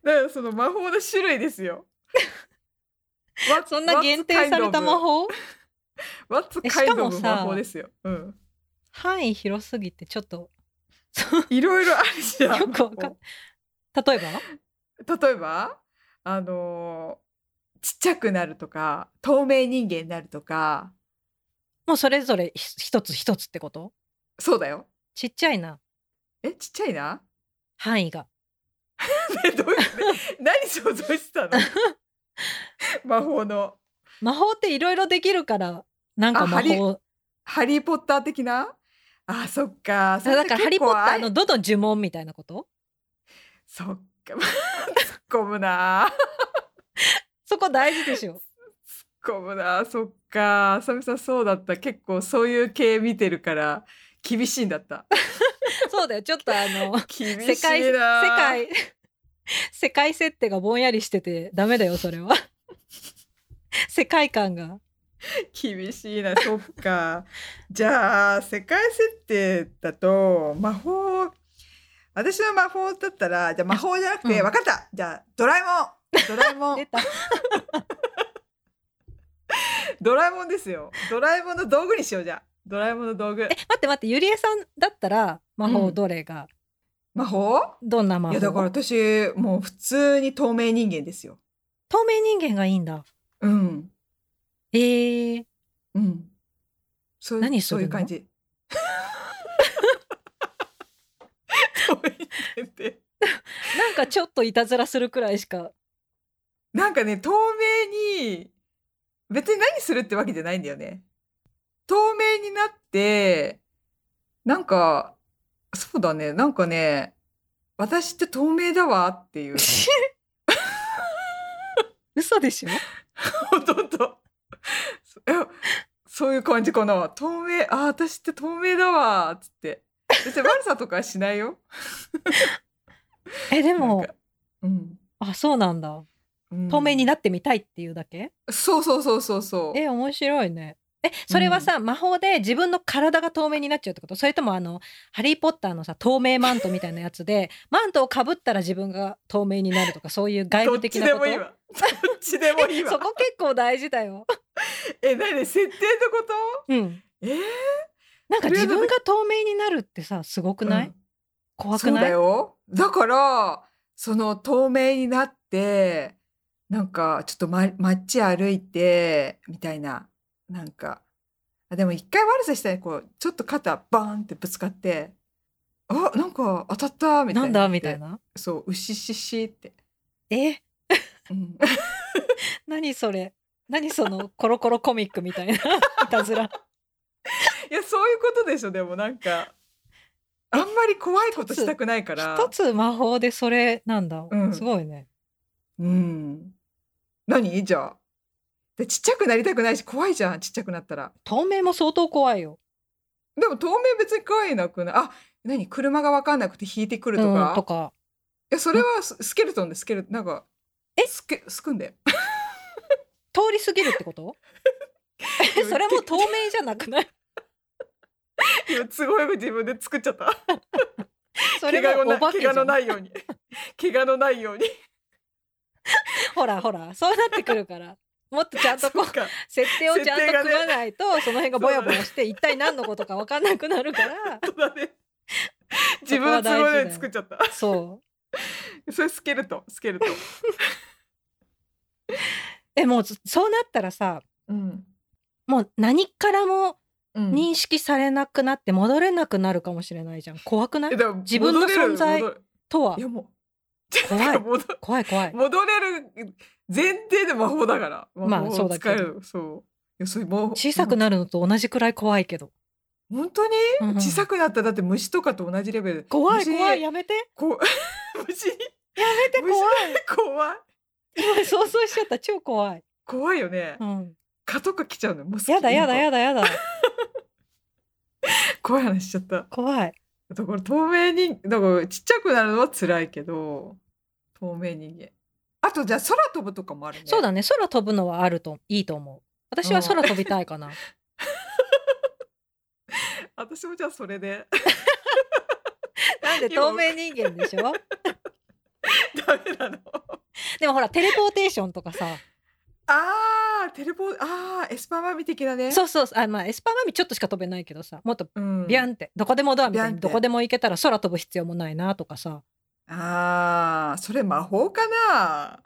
A: だからその魔法の種類ですよ。What-
B: そんな限定された魔法
A: What's
B: え
A: kind
B: し
A: of
B: かも
A: What's kind of
B: さ
A: 魔法ですよ。うん。
B: 範囲広すぎてちょっ と
A: いろいろあるじゃん。
B: よくわかん例えば
A: 例えばあのーちっちゃくなるとか透明人間になるとか
B: もうそれぞれひ一つ一つってこと
A: そうだよ
B: ちっちゃいな
A: えちっちゃいな
B: 範囲が
A: ねどういう 何想像してたの魔法の
B: 魔法っていろいろできるからなんか
A: あ
B: 魔
A: ハリ
B: 法
A: ハリー・ポッター的なあそっかそ
B: あ
A: れ
B: だ
A: って
B: から「ハリ
A: 結
B: ー・ポッ
A: 構
B: タ
A: あ
B: ー」
A: い
B: の「どの呪文」みたいなこと
A: そっか 突っ込むな
B: そこ大事でしょ
A: 突っ込むなそっか浅見さんそうだった結構そういう系見てるから厳しいんだった
B: そうだよちょっとあの
A: 厳しいな
B: 世界世界世界設定がぼんやりしててダメだよそれは世界観が
A: 厳しいなそっ かじゃあ世界設定だと魔法私の魔法だったら、じゃあ魔法じゃなくて、
B: うん
A: わかったじゃあ、ドラえもんドラえ もん
B: 出た。
A: ドラえもんですよ。ドラえもんの道具にしようじゃあ。ドラえもんの道具
B: え。待って待ってゆりえさんだったら魔
A: う
B: 法
A: ん
B: どれが、
A: 魔法
B: どんな魔法
A: いや、だから私、もう普通に透明人間ですよ。
B: 透明人間がいいんだ
A: うん。
B: えー、
A: うん。そういう
B: 何す
A: そ
B: る
A: うい
B: の
A: う感 じ。 透明人間って
B: なんかちょっといたずらするくらい しか
A: なんかね、透明に、別に何するってわけじゃないんだよね。透明になって、なんか、そうだね、なんかね、私って透明だわって いう。
B: 嘘でしょ
A: ほとんど。そいやそういう感じかな。透明、あー、私って透明だわーっつって。別に悪さとかはしないよ。
B: えで
A: な
B: も
A: んかうん。
B: あ そうなんだ
A: うん
B: 透明になってみたいっていうだけ、
A: そうそうそうそうそう。
B: え面白いねえそれはさ、魔法で自分の体が透明になっちゃうってことそれともあの「ハリー・ポッター」のさ透明マントみたいなやつで マントをかぶったら自分が透明になるとかそういう外
A: ど
B: 部
A: っ
B: 的
A: ち
B: な
A: で
B: こと
A: もいいわ。どっちでもいい
B: えそ
A: わ。
B: こ結構大事だ よ、
A: え、何設定のこと
B: うん、
A: えー、
B: なんか自分が透明になるってさすごくない、
A: うん
B: 怖く
A: そう
B: な
A: だ
B: い
A: よ。だから、その透明になって、なんかちょっと、ま、街歩いて、みたいな。なんか。あでも一回悪さしたら、こう、ちょっと肩バーンってぶつかって、あ、なんか当たった、みたい
B: な
A: な。
B: んだみたい。な
A: そう、うしししって。
B: え
A: うん、
B: 何それ何そのコロコロコミックみたい ないたずら
A: いや、そういうことでしょ、でもなんか。あんまり怖いことしたくないから。
B: 一つ魔法でそれなんだ、
A: うん
B: すごいね
A: うん。何じゃあ。で、ちっちゃくなりたくないし、怖いじゃん、ちっちゃくなったら。
B: 透明も相当怖いよ
A: でも透明別に怖いなくないあ何車が分かんなくて引いてくるとか,、
B: うん、とか
A: いやそれはススケルトンでスケルなんか
B: え
A: スケすくんだよ
B: 通り過ぎるってこと えそれもう透明じゃなくない
A: 今都合よく自分で作っちゃった
B: それ
A: 怪我
B: も
A: のな
B: お化け
A: 怪
B: じゃ
A: 我の
B: ん
A: ないように怪我のないように
B: ほらほらそうなってくるからもっとちゃんと こ
A: そう
B: う
A: か
B: 設定をちゃんと
A: 設定がね
B: 組まないと、その辺がぼやぼやして一体何のことか分かんなくな るから
A: そうだね
B: そ
A: 自
B: こ
A: 分
B: は
A: の都
B: 大事だよ
A: 合で作っちゃった
B: そう
A: それスケルトンスケルトン
B: えもうそそうなったらさ
A: うん
B: もう何からも
A: うん
B: 認識されなくなって戻れなくなるかもしれないじゃん怖くない
A: えでも
B: 自分の
A: 戻れる
B: 存在
A: 戻る
B: とはい
A: やもう
B: 怖い
A: 戻
B: 怖い怖い
A: 戻れる前提で魔法だから魔
B: まあ
A: 法を
B: そうだけ
A: 使
B: ど
A: えるそういやそういう魔法
B: 小さくなるのと同じくらい怖いけど、
A: 本当に
B: うんうん
A: 小さくなっただって虫とかと同じレベル
B: 怖い
A: 虫に
B: 怖いやめて
A: こう 虫に
B: やめて怖い
A: 怖い
B: 今 想像しちゃった超怖い、
A: 怖いよね、
B: うん、
A: 蚊とか来ちゃうのもう好き
B: やだやだ
A: なん
B: や
A: か
B: だやだ
A: 怖い話しちゃった
B: 怖い
A: だから透明人だからちっちゃくなるのは辛いけど透明人間あとじゃあ空飛ぶとかもあるね
B: そうだね空飛ぶのはあるといいと思う私は空飛びたいかな、
A: 私もじゃあそれで
B: な んで透明人間でしょ
A: ダメなの
B: でもほらテレポーテーションとかさ
A: あーテレポあーエスパーマミ的なね、
B: そううそうあまあエスパーマミちょっとしか飛べないけどさもっと
A: うん、
B: ビャンってどこでもドアみた
A: ビ
B: い
A: ャンっ
B: に
A: て
B: どこでも行けたら空飛ぶ必要もないなとかさ
A: あーそれ魔法かな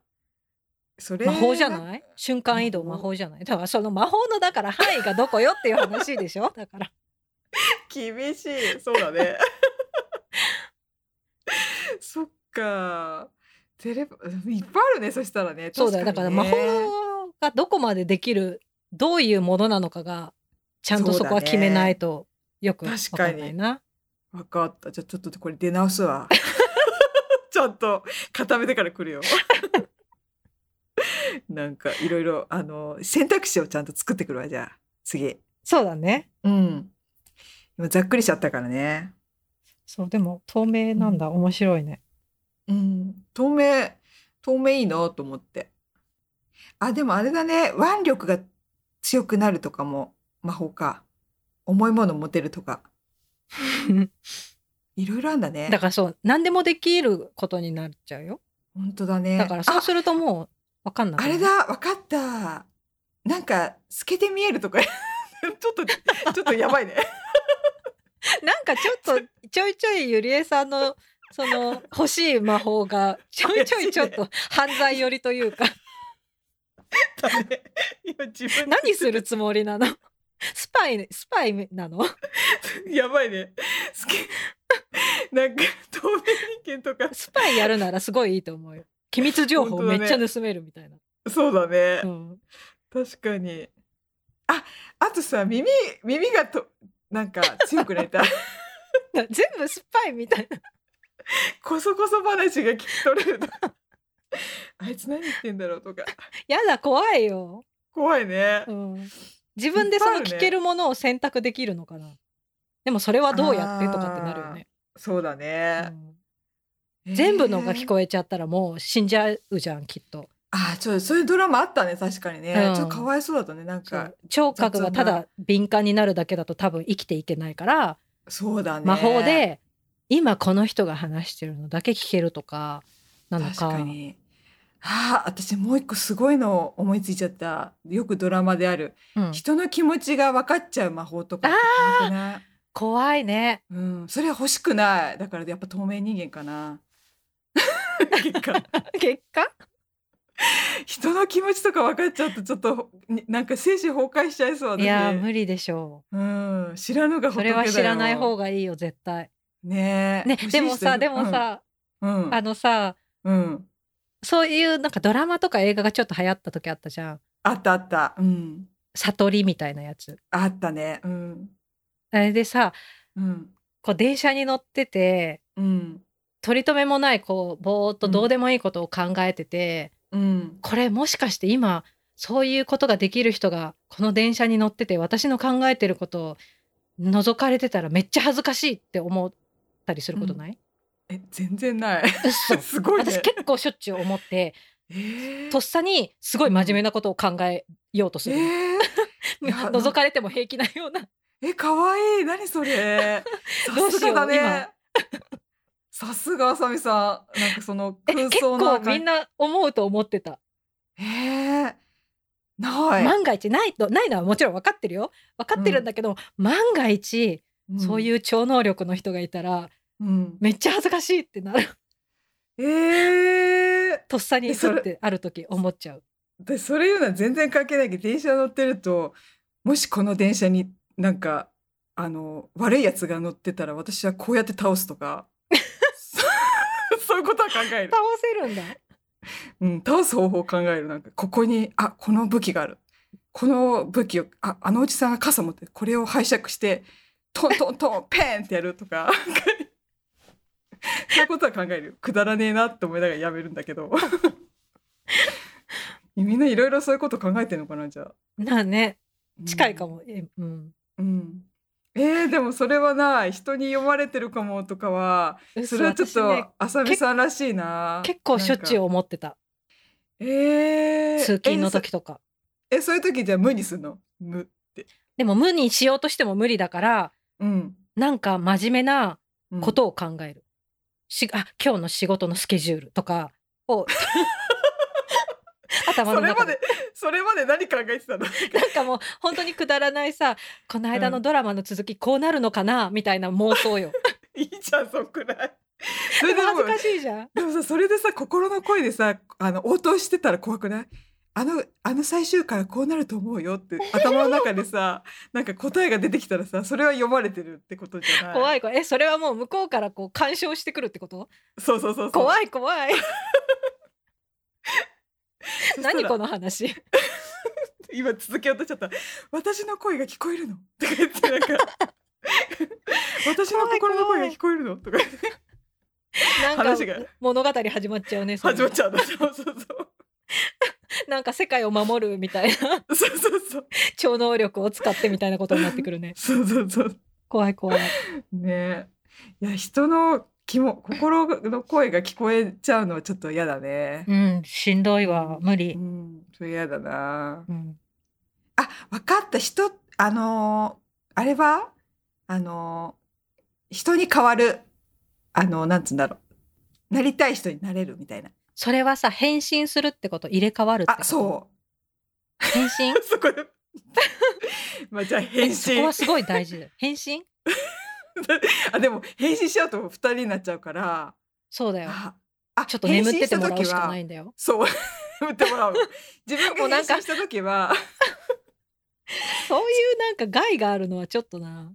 A: それ
B: 魔法じゃない瞬間移動
A: 魔
B: 魔
A: 法
B: 法じゃないだからその魔法のだから範囲がどこよっていう話でしょだから
A: 厳しいそうだね そっかテレポいっぱいあるねそしたらね
B: そうだよだ
A: 確
B: から
A: に
B: 魔
A: ね
B: 法がどこまでできるどういうものなのかがちゃんとそこは決めないとよくわかんないな、
A: わかったじゃあちょっとこれ出直すわ ちゃんと固めてから来るよなんかいろいろあの選択肢をちゃんと作ってくるわじゃあ次
B: そうだね
A: うん今ざっくりしちゃったからね
B: そうでも透明なんだ、面白いね
A: うん透明透明いいなと思ってあでもあれだね腕力が強くなるとか も魔法か重いもの持てるとかいろいろあんだね
B: だからそう何でもできることになっちゃうよ
A: 本当だね
B: だからそうするともうわかんな
A: あ
B: く
A: あ
B: な
A: れ
B: い
A: だわかったなんか透けて見えるとか ちょっとちょっとやばいね
B: なんか ちょっとちょいちょいゆりえさんのその欲しい魔法がちょいちょいちょっと犯罪寄りというか
A: だ ね今自分で
B: 何するつもりなのスパイスパイなの
A: やばいね透け なんか透明人間とか
B: スパイやるならすごいいいと思うよ機密情
A: 本
B: 報
A: 当だ
B: め
A: ね
B: っちゃ盗めるみたいな、
A: そうだね、
B: うん、
A: 確かにああとさ耳耳がとなんか強くな りたい
B: 全部スパイみたいな
A: こそこそ話が聞き取れるとか あいつ何言ってんだろうとか
B: やだ怖いよ、
A: 怖いね、
B: うん、自分でその
A: いっぱいあるね
B: 聞けるものを選択できるのかなでもそれはどうやってとかってなるよね、
A: そうだね、
B: うん全部のが聞
A: え
B: こえちゃったらもう死んじゃうじゃんきっと
A: あーちょっとそういうドラマあったね確かにね、
B: うん
A: ちょっとかわいそうだったねなん
B: そ
A: か
B: う聴覚がただ敏感になるだけだと多分生きていけないから、
A: そうだね
B: 魔法で今この人が話してるのだけ聞けるとかなのか
A: 確かにあー私もう一個すごいの思いついちゃったよくドラマである、
B: うん
A: 人の気持ちが分かっちゃう魔法とかって怖くない
B: 怖いね
A: うん、それは欲しくない。だからやっぱ透明人間かな。結果
B: 結果
A: 人の気持ちとか分かっちゃうとちょっとになんか精神崩壊しちゃいそう私
B: いやー無理でしょ
A: うん、知らぬが
B: うそ
A: 仏だ
B: れ
A: よ
B: は知らない方がいいよ絶対
A: ねえ
B: ねでもさでも、さ、
A: 欲しい人いるうんうん、
B: あのさ
A: うん
B: そういうなんかドラマとか映画がちょっと流行った時あったじゃん
A: あったあった、うん、
B: 悟りみたいなやつ
A: あったね、うん
B: あれでさ
A: うん
B: こう電車に乗ってて
A: うん
B: 取り留めもないこうぼーっと
A: うん
B: どうでもいいことを考えてて、
A: うん、
B: これもしかして今そういうことができる人がこの電車に乗ってて私の考えてることを覗かれてたらめっちゃ恥ずかしいって思ったりすることない、
A: え全然ない。
B: 嘘
A: すごいね
B: 私。結構しょっちゅう思って
A: えー
B: とっさにすごい真面目なことを考えようとす
A: え
B: る、
A: ー、いや
B: 覗かれても平気なような
A: え可愛い何それ
B: ど
A: さ
B: う
A: す
B: しよ
A: が
B: う
A: だね さすがあさみさんなんかその
B: え
A: 空
B: 結
A: 想の
B: 構みんな思うと思ってた、
A: えー、ない、
B: 万が一ないとないのはもちろん分かってるよ分かってるんだけど、万が一そう
A: う
B: いう超能力の人がいたら
A: ん、うん
B: めっちゃ恥ずかしいって なる
A: えー、
B: とっさに
A: えそ
B: そ
A: れ
B: れってある時思っちゃう
A: でそれ言うのは全然関係ないけど電車乗ってるともしこの電車になんかあの悪いやつが乗ってたら私はこうやって倒すと かそそういうことは考える
B: 倒せるんだ
A: うん、倒す方法を考えるなんかここにあこの武器があるこの武器をああのおじさんが傘持ってるこれを拝借してトントントンペンってやるとか そういうことは考えるよくだらねえなって思いながらやめるんだけど みんないろいろそういうこと考えてるのかなじゃあ、
B: なあね
A: うん
B: 近いか、も、えうん
A: うん、えー、でもそれはない人に読まれてるかもとかはそれはちょっ
B: 嘘私ね
A: と浅見さんらしいな
B: 結構しょっちゅう
A: なんか
B: 思ってた
A: えー、
B: 通勤の
A: えそ
B: 時とか
A: え、そういう時じゃあ無にすんの無。
B: でも無にしようとしても無理だから
A: うん。
B: なんか真面目な
A: うん
B: ことを考える、しあ今日の仕事のスケジュールとかを 頭
A: そ
B: の
A: れま
B: 中で
A: で、それまで何考えてたの
B: なんかもう本当にくだらないさこの間のドラマの続きこうなるのかなみたいな妄 想よ
A: いいじゃん、そんくら い。そ
B: で
A: れでも
B: も恥ずかしいじゃん
A: でもさ、それでさ、心の声でさ、あの、応答してたら怖くないあの、あの最終回はこうなると思うよっ て、頭の中でさ、なんか答えが出てきたらさ、それは読まれてるってことじゃない
B: 怖
A: い。
B: い怖いえそれはもう向こうからこう干渉してくるってこと
A: そうそうそうそう。
B: 怖 い怖い
A: そしたら
B: 何この話
A: 今続きを歌っちゃった。私の声が聞こえるのとか言って なんか。私の心の声が聞こえるのとか言って
B: なん か
A: 話が
B: 物語始まっちゃうねそれ
A: 始まっちゃうんだそうそうそう
B: なんか世界を守るみたいな
A: そうそうそう。
B: 超能力を使ってみたいなことになってくるね
A: そうそうそう。
B: 怖い怖い
A: ねえ。いや、人の気も、心の声が聞こえちゃうのはちょっと嫌だね。
B: うんしんどいわ無
A: う
B: 理、
A: ん、それ嫌だな。
B: うん、
A: あ、わかった。人、あのーあれはあのー人に変わる。あのなんつうんだろうなりたい人になれるみたいな
B: それはさ変身するってこと入れ替わるってこ
A: あ
B: と
A: そう
B: 変身
A: うそこでまあじゃあ 変
B: えそこ
A: 身
B: はすごい大事だよ変身
A: あでも変身しちゃうと二人になっちゃうから
B: そうだよ
A: ああ
B: ちょっと眠ってても
A: 変
B: ら
A: 身
B: う
A: し
B: した
A: 時
B: か
A: は
B: ないんだよ
A: そう 眠って もらう自
B: もう
A: 分が
B: なんか
A: 変身した時 は
B: そういうなんか害があるのはちょっとな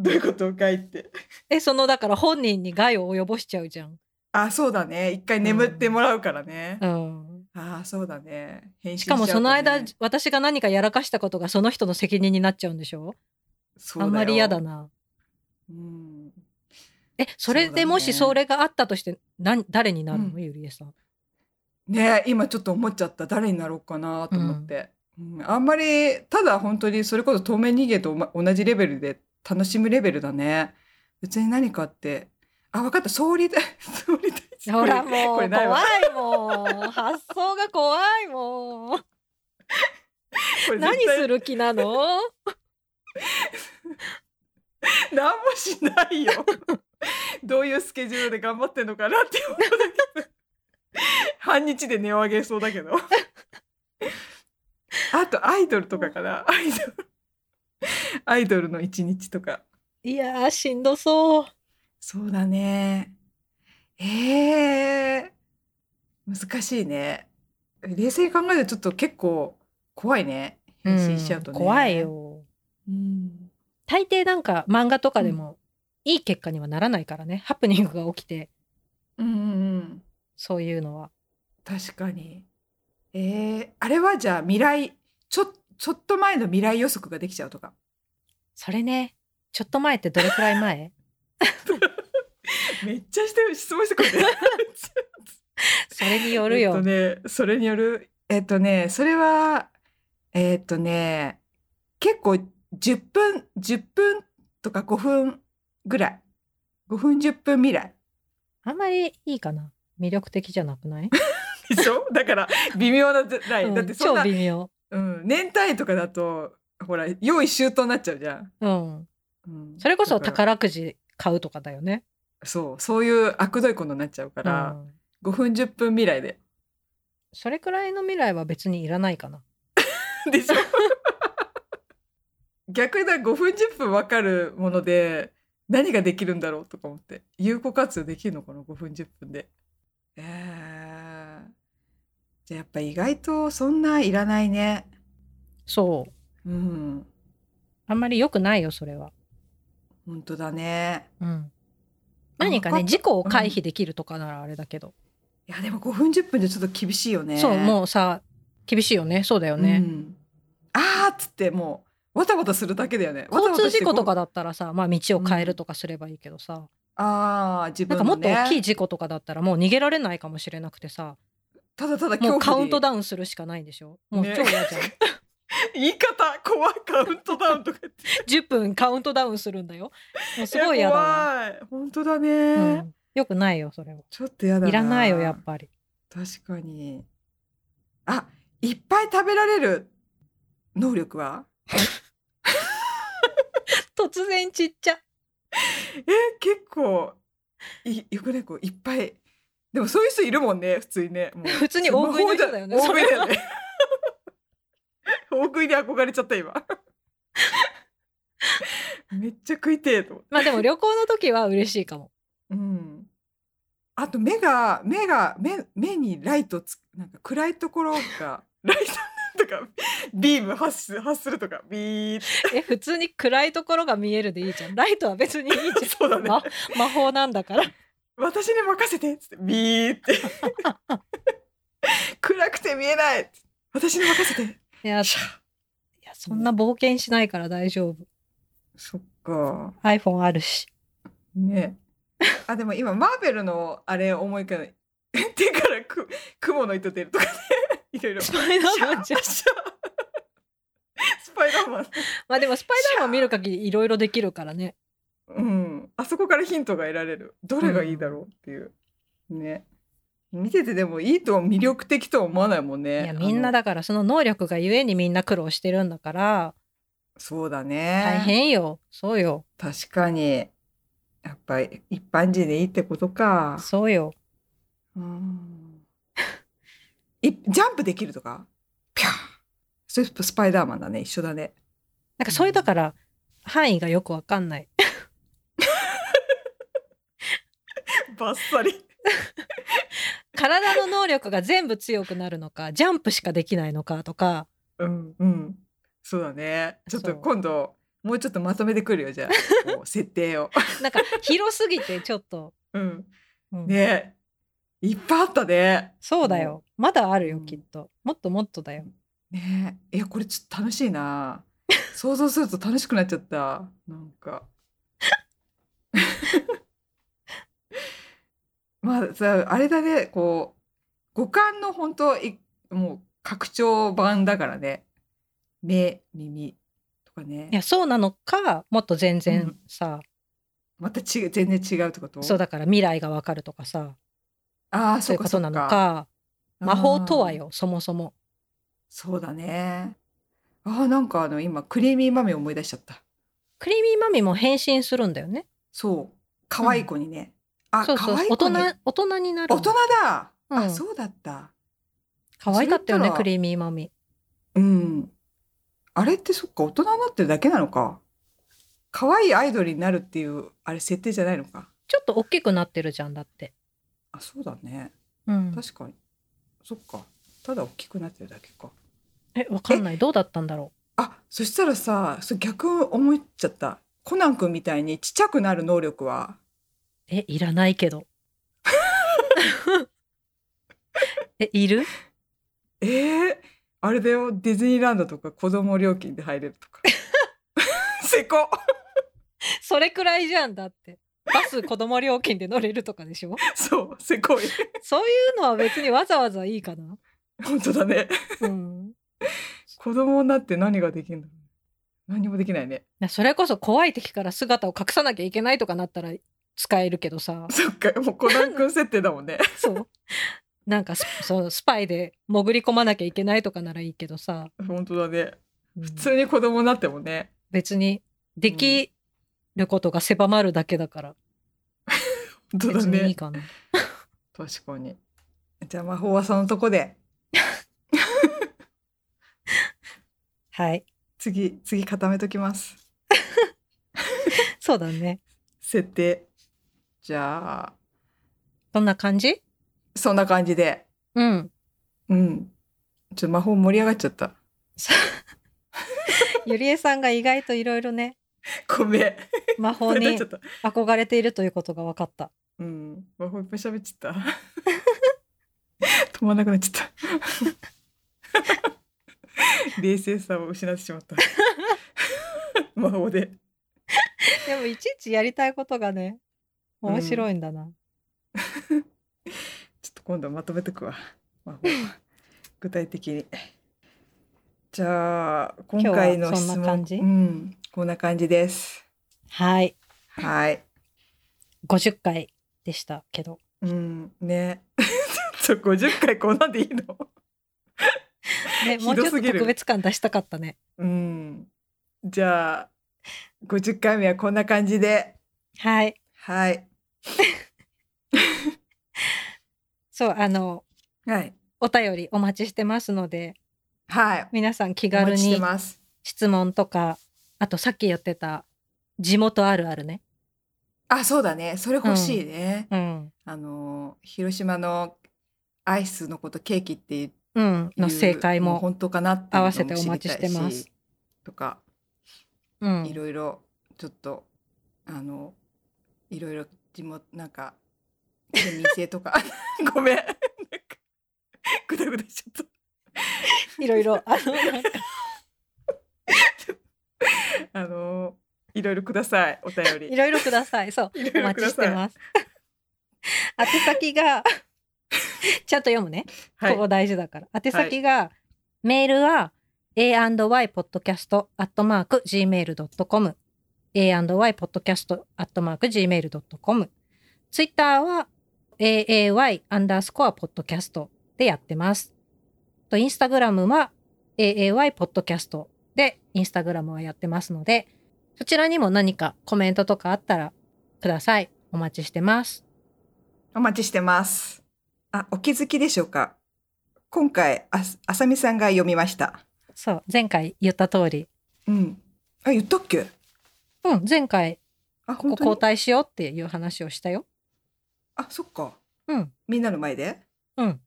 A: どういうことかいって
B: えそのだから本人に害を及ぼしちゃうじゃん
A: あそうだね一回眠ってもらうからね、
B: うん
A: あそうだね変身
B: しかも
A: ちゃうと
B: そ
A: ね
B: の間、私が何かやらかしたことがその人の責任になっちゃうんでしょ
A: そうだ
B: あ
A: よ
B: んまり嫌だな
A: うん
B: えそれ
A: そうだ
B: で
A: ね
B: もしそれがあったとして何誰になるの、
A: うん
B: ゆりえさん
A: ね今ちょっと思っちゃった誰になろうかなと思って、うんあんまりただ本当にそれこそ透明人間とおま同じレベルで楽しむレベルだね別に何かってあ分かった総理大 総理大臣
B: ほら
A: こ
B: も
A: こ
B: う怖
A: れ
B: い
A: ないわ
B: もう発想が怖いも
A: れ
B: う
A: これ絶対
B: 何する気なの
A: 何もしない よどういうスケジュールで頑張ってんのかなって思うだけど半日で値を上げそうだけどあとアイドルとかかなアイドルアイドルの一日とか
B: いやーしんどそう
A: そうだねえー、難しいね冷静に考えるとちょっと結構怖いね変身しちゃうとね、
B: ん怖い、よ
A: うん、
B: 大抵なんか漫画とかでもいい結果にはならないからね、ハプニングが起きて
A: うんうんうん
B: そういうのは
A: 確かに。えー、あれはじゃあ未来、ちょ、ちょっと前の未来予測ができちゃうとか。
B: それねちょっと前ってどれくらい 前
A: めっちゃして質問してくる ね。
B: それによるよ、
A: えっとね、それによる。えっとね、それは、えっとね、結構10分、10分とか5分ぐらい。5分10分未来。
B: あんまりいいかな魅力的じゃなくない、
A: でしょだから微妙なライン。
B: うん
A: だってそん
B: 超
A: な、
B: 微妙
A: うん、年単位とかだと、ほら、用意周到になっちゃうじゃん。
B: うん
A: うん
B: それこ
A: だ
B: そ
A: から
B: 宝くじ買うとかだよね
A: そう、そういう悪どいことになっちゃうから、
B: うん
A: 5分10分未来で。
B: それくらいの未来は別にいらないかな
A: でしょ逆にだ5分10分分かるもので何ができるんだろうとか思って有効活用できるのかな5分10分で。えーじゃあやっぱ意外とそんないらないね。
B: そう
A: うん
B: あんまり良くないよそれは、
A: 本当だね。
B: うん、何か
A: わ
B: ね
A: っ
B: 事故を回避できるとかならあれだけど、
A: いやでも5分10分でちょっと厳しいよね。
B: そうもうさ厳しいよねそうだよ
A: う
B: ね、
A: んあーっつってもうわたわたするだけだよね。
B: 交通事故とか
A: わたわたして
B: だったらさ、まあ、道を変えるとかすればいいけどさ、
A: あー自
B: な
A: 分
B: んか
A: の、ね、
B: もっと大きい事故とかだったらもう逃げられないかもしれなくてさ
A: ただただ恐
B: も
A: 怖
B: うカウント
A: ダ
B: ダウンするしかないんでしょもう
A: ね
B: 超嫌 じゃん、
A: 言い方怖いカウントダウンとか言って
B: 10分カウントダウンするんだよもうすごい嫌だ
A: い
B: わ、
A: や怖い本当だね、
B: うん、よくないよそれは
A: ちょっとやだ
B: いらないよやっぱり
A: 確かにあいっぱい食べられる能力は
B: 突然ちっちゃ
A: え結構いよくねこういっぱいでもそういう人いるもんね普通にねもう
B: 普通に大食いの人だよね
A: 大食いだよね 大食いに憧れちゃった 今めっちゃ食いてえと思って
B: まあでも旅行の時は嬉しいかも
A: うん。あと目が目が目目にライトつなんか暗いところが ライトとかビーム発す発するとかビーって
B: え普通に暗いところが見えるでいいじゃんライトは別にいい じゃん
A: そうだね
B: ま魔法なんだ から
A: 私に任せてっつってビーって 暗くて見えないっつって私に任せて
B: いやい
A: シャー
B: やそんな冒険しないから大丈夫
A: そっか
B: iPhone あるし
A: ねあでも今マーベルのあれ思い浮かない 手からく雲の糸出るとかね いろいろ
B: スパイダーマンじゃん
A: シャースパイダーマン
B: まあでもスパイダーマン見る限りいろいろできるからね。
A: うん、あそこからヒントが得られるどれがいいだろうっていう、ね見ててでもいいとは魅力的とは思わないもん
B: い
A: ね
B: やみんな
A: だ
B: だからその能力がゆえにみんな苦労してるんだから
A: そうだね
B: 大変よ。そうよ。
A: 確かにやっぱり一般人でいいってことか。
B: そうよ。
A: うん。いジャンプできるとかピャーそれスパイダーマンだね。一緒だね。
B: なんかそういうだから範囲がよくわかんない。
A: バッサリ。
B: 体の能力が全部強くなるのか、ジャンプしかできないのかとか、
A: うんうん。そうだね。ちょっと
B: そう
A: 今度、もうちょっとまとめてくるよ、じゃ あ。こう設定を。
B: なんか広すぎてちょっと。
A: うん。
B: うん
A: ねいっぱいあったね。
B: そうだよ。まだあるよ、
A: うん
B: きっと。もっともっとだよ。
A: ねえ、いやこれちょっと楽しいな。想像すると楽しくなっちゃった。なんか。 まあ、さあれだね、こう、五感の本当い、もう拡張版だからね。目、耳とかね。
B: いや、そうなのか、もっと全
A: う
B: 然
A: ん
B: さ、
A: またち全然違うってこと
B: そうだから未来がわかるとかさ、
A: ああ、
B: そ
A: そう
B: いう
A: か
B: うこ
A: そ
B: と
A: う
B: な
A: か。
B: のか、魔法とは
A: あー。
B: よ、そもそも。
A: そうだね。ああ、なんかあの、今、クリーミーマミを思い出しちゃった。
B: クリーミーマミも変身するんだよね。
A: そう。可愛い子にね。あ、
B: そうそう
A: 可愛い
B: 大
A: 子に。
B: 人大人になる
A: 大人だ、
B: う
A: あ、
B: ん
A: そうだった。
B: 可愛かったよね
A: それ言ったら
B: クリーミーマミ
A: うん。あれってそっか、大人になってるだけなのか。可愛いアイドルになるっていう、あれ設定じゃないのか。
B: ちょっと大きくなってるじゃんだって、
A: あ、そうだね。
B: うん、
A: 確かに。そっか。ただ大きくなってるだけか。
B: えわかんないどうだったんだろ
A: あ、そしたらさ、それ逆思っちゃった。コナン君みたいにちっちゃくなる能力は
B: うえいらない けどえいる
A: えー、あれだよディズニーランドとか子供料金で入れるとか せこ
B: それくらいじゃんだってバス子供料金で乗れるとかでしょ
A: そうせこい
B: そういうのは別にわざわざいいかな
A: 本当だね
B: うん
A: 子供になって何ができるんだろう何もできないね
B: いやそれこそ怖い敵から姿を隠さなきゃいけないとかなったら使えるけどさ
A: そっかもうコナン君設定だもんね
B: そうなんかスそうスパイで潜り込まなきゃいけないとかならいいけどさ、
A: 本当だね
B: うん
A: 普通に子供になってもね
B: 別にできることが狭まるだけだから、
A: 本当だ
B: 別にいい
A: ね
B: かな、
A: 確かにじゃあ魔法はそのとこで
B: はい
A: 次次固めときます
B: そうだね
A: 設定じゃあ
B: そんな感じ
A: そんな感じで
B: うん
A: うんちょっと魔法盛り上がっちゃった
B: さ ゆりえさんが意外といろいろね
A: ごめん
B: 魔
A: こ
B: 法
A: れなっ
B: に
A: ちゃった
B: 憧れているということが分かった
A: うん、魔法いっぱい喋っちゃった。 止まんなくなっちゃった。 冷静さを失ってし まった。魔法で。
B: でもいちいちやりたいことがね面白いんだな、
A: ちょっと今度まとめとくわ。魔法。具体的に。じゃあ、今回の
B: 今日
A: 質
B: は
A: 問。
B: そんな感じ
A: うん、こんな感じです。
B: はい
A: はい。
B: 50回でしたけど
A: うん、ね。ちょっと50回こんなんでいいの
B: ね
A: ひ
B: も
A: ど
B: うちょっと
A: すぎる
B: 特別感出したかったね
A: うん。じゃあ、50回目はこんな感じで。
B: はい
A: はい。
B: そうあの
A: はい。
B: お便りお待ちしてますので
A: はい。
B: 皆さん気
A: お待
B: 軽
A: ちし
B: に
A: てます。
B: 質問とかあとさっき言ってた地元あるあるね、
A: あ、そうだね。それ欲しいね。
B: うん
A: あの、広島のアイスのことケーキっていう
B: うん、の正解
A: う
B: も、
A: 本当かなっていうのも
B: 合わせてお待ちして
A: 知り
B: ます
A: たいし。とか、
B: う
A: い
B: ん、
A: ろいろ、ちょっと、あの、いろいろ、地元、なんか、県民性 とか、ごめん。なんかぐだぐだしちゃった。
B: いろいろあの なんか
A: あのいろいろくださいお便り。
B: いろいろくださいそう
A: い
B: お
A: ろいろ
B: 待
A: く
B: ち
A: だ
B: し
A: さい
B: てます 宛先がちゃんと読むね、
A: はい
B: ここ大事だから宛先が、メールは a&ypodcast.gmail.com a&ypodcast.gmail.com ツイッターは aay アンダースコアポッドキャストでやってます。と、インスタグラムは aay ポッドキャストでインスタグラムはやってますので、そちらにも何かコメントとかあったらください。お待ちしてます。
A: お待ちしてます。あ、お気づきでしょうか今回、あす、あさみさんが読みました。
B: そう、前回言った通り、
A: うん。あ、言ったっけ
B: うん、前回、
A: あ、
B: こ
A: 本
B: こ
A: 当に
B: 交代しようっていう話をしたよ。
A: あ、そっか。
B: うん、
A: みんなの前で
B: うん。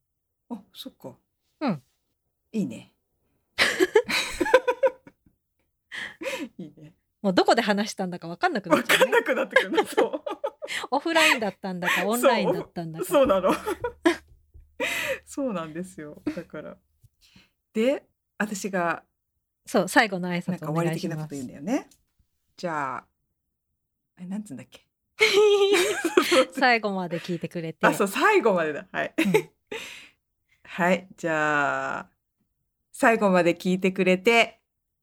A: あ、そっか。
B: うん。
A: いい ね。いいね。
B: もうどこで話したんだか分かんなくな
A: わ
B: っちゃ
A: か
B: うんね。
A: なくなってくるな、そう。
B: オフラインだったん だか、オンラインだった んだ
A: そ
B: か。
A: うなの。そうなんですよ。だから。で、私が
B: そう、最後の挨
A: なん
B: 拶
A: か終
B: お
A: わり
B: 願いし
A: 的なこ
B: ま
A: と
B: す
A: 言うん。だよね。じゃあ、あれなんつうんだっ け。
B: 最後まで聞いてくれて。
A: あ、そう、最後までだ。はい。
B: うん
A: はい、じゃあ、最後まで聞いてくれて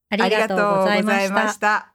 B: ありがとうございま
A: ありがとうござい
B: し
A: ま
B: た
A: し。た。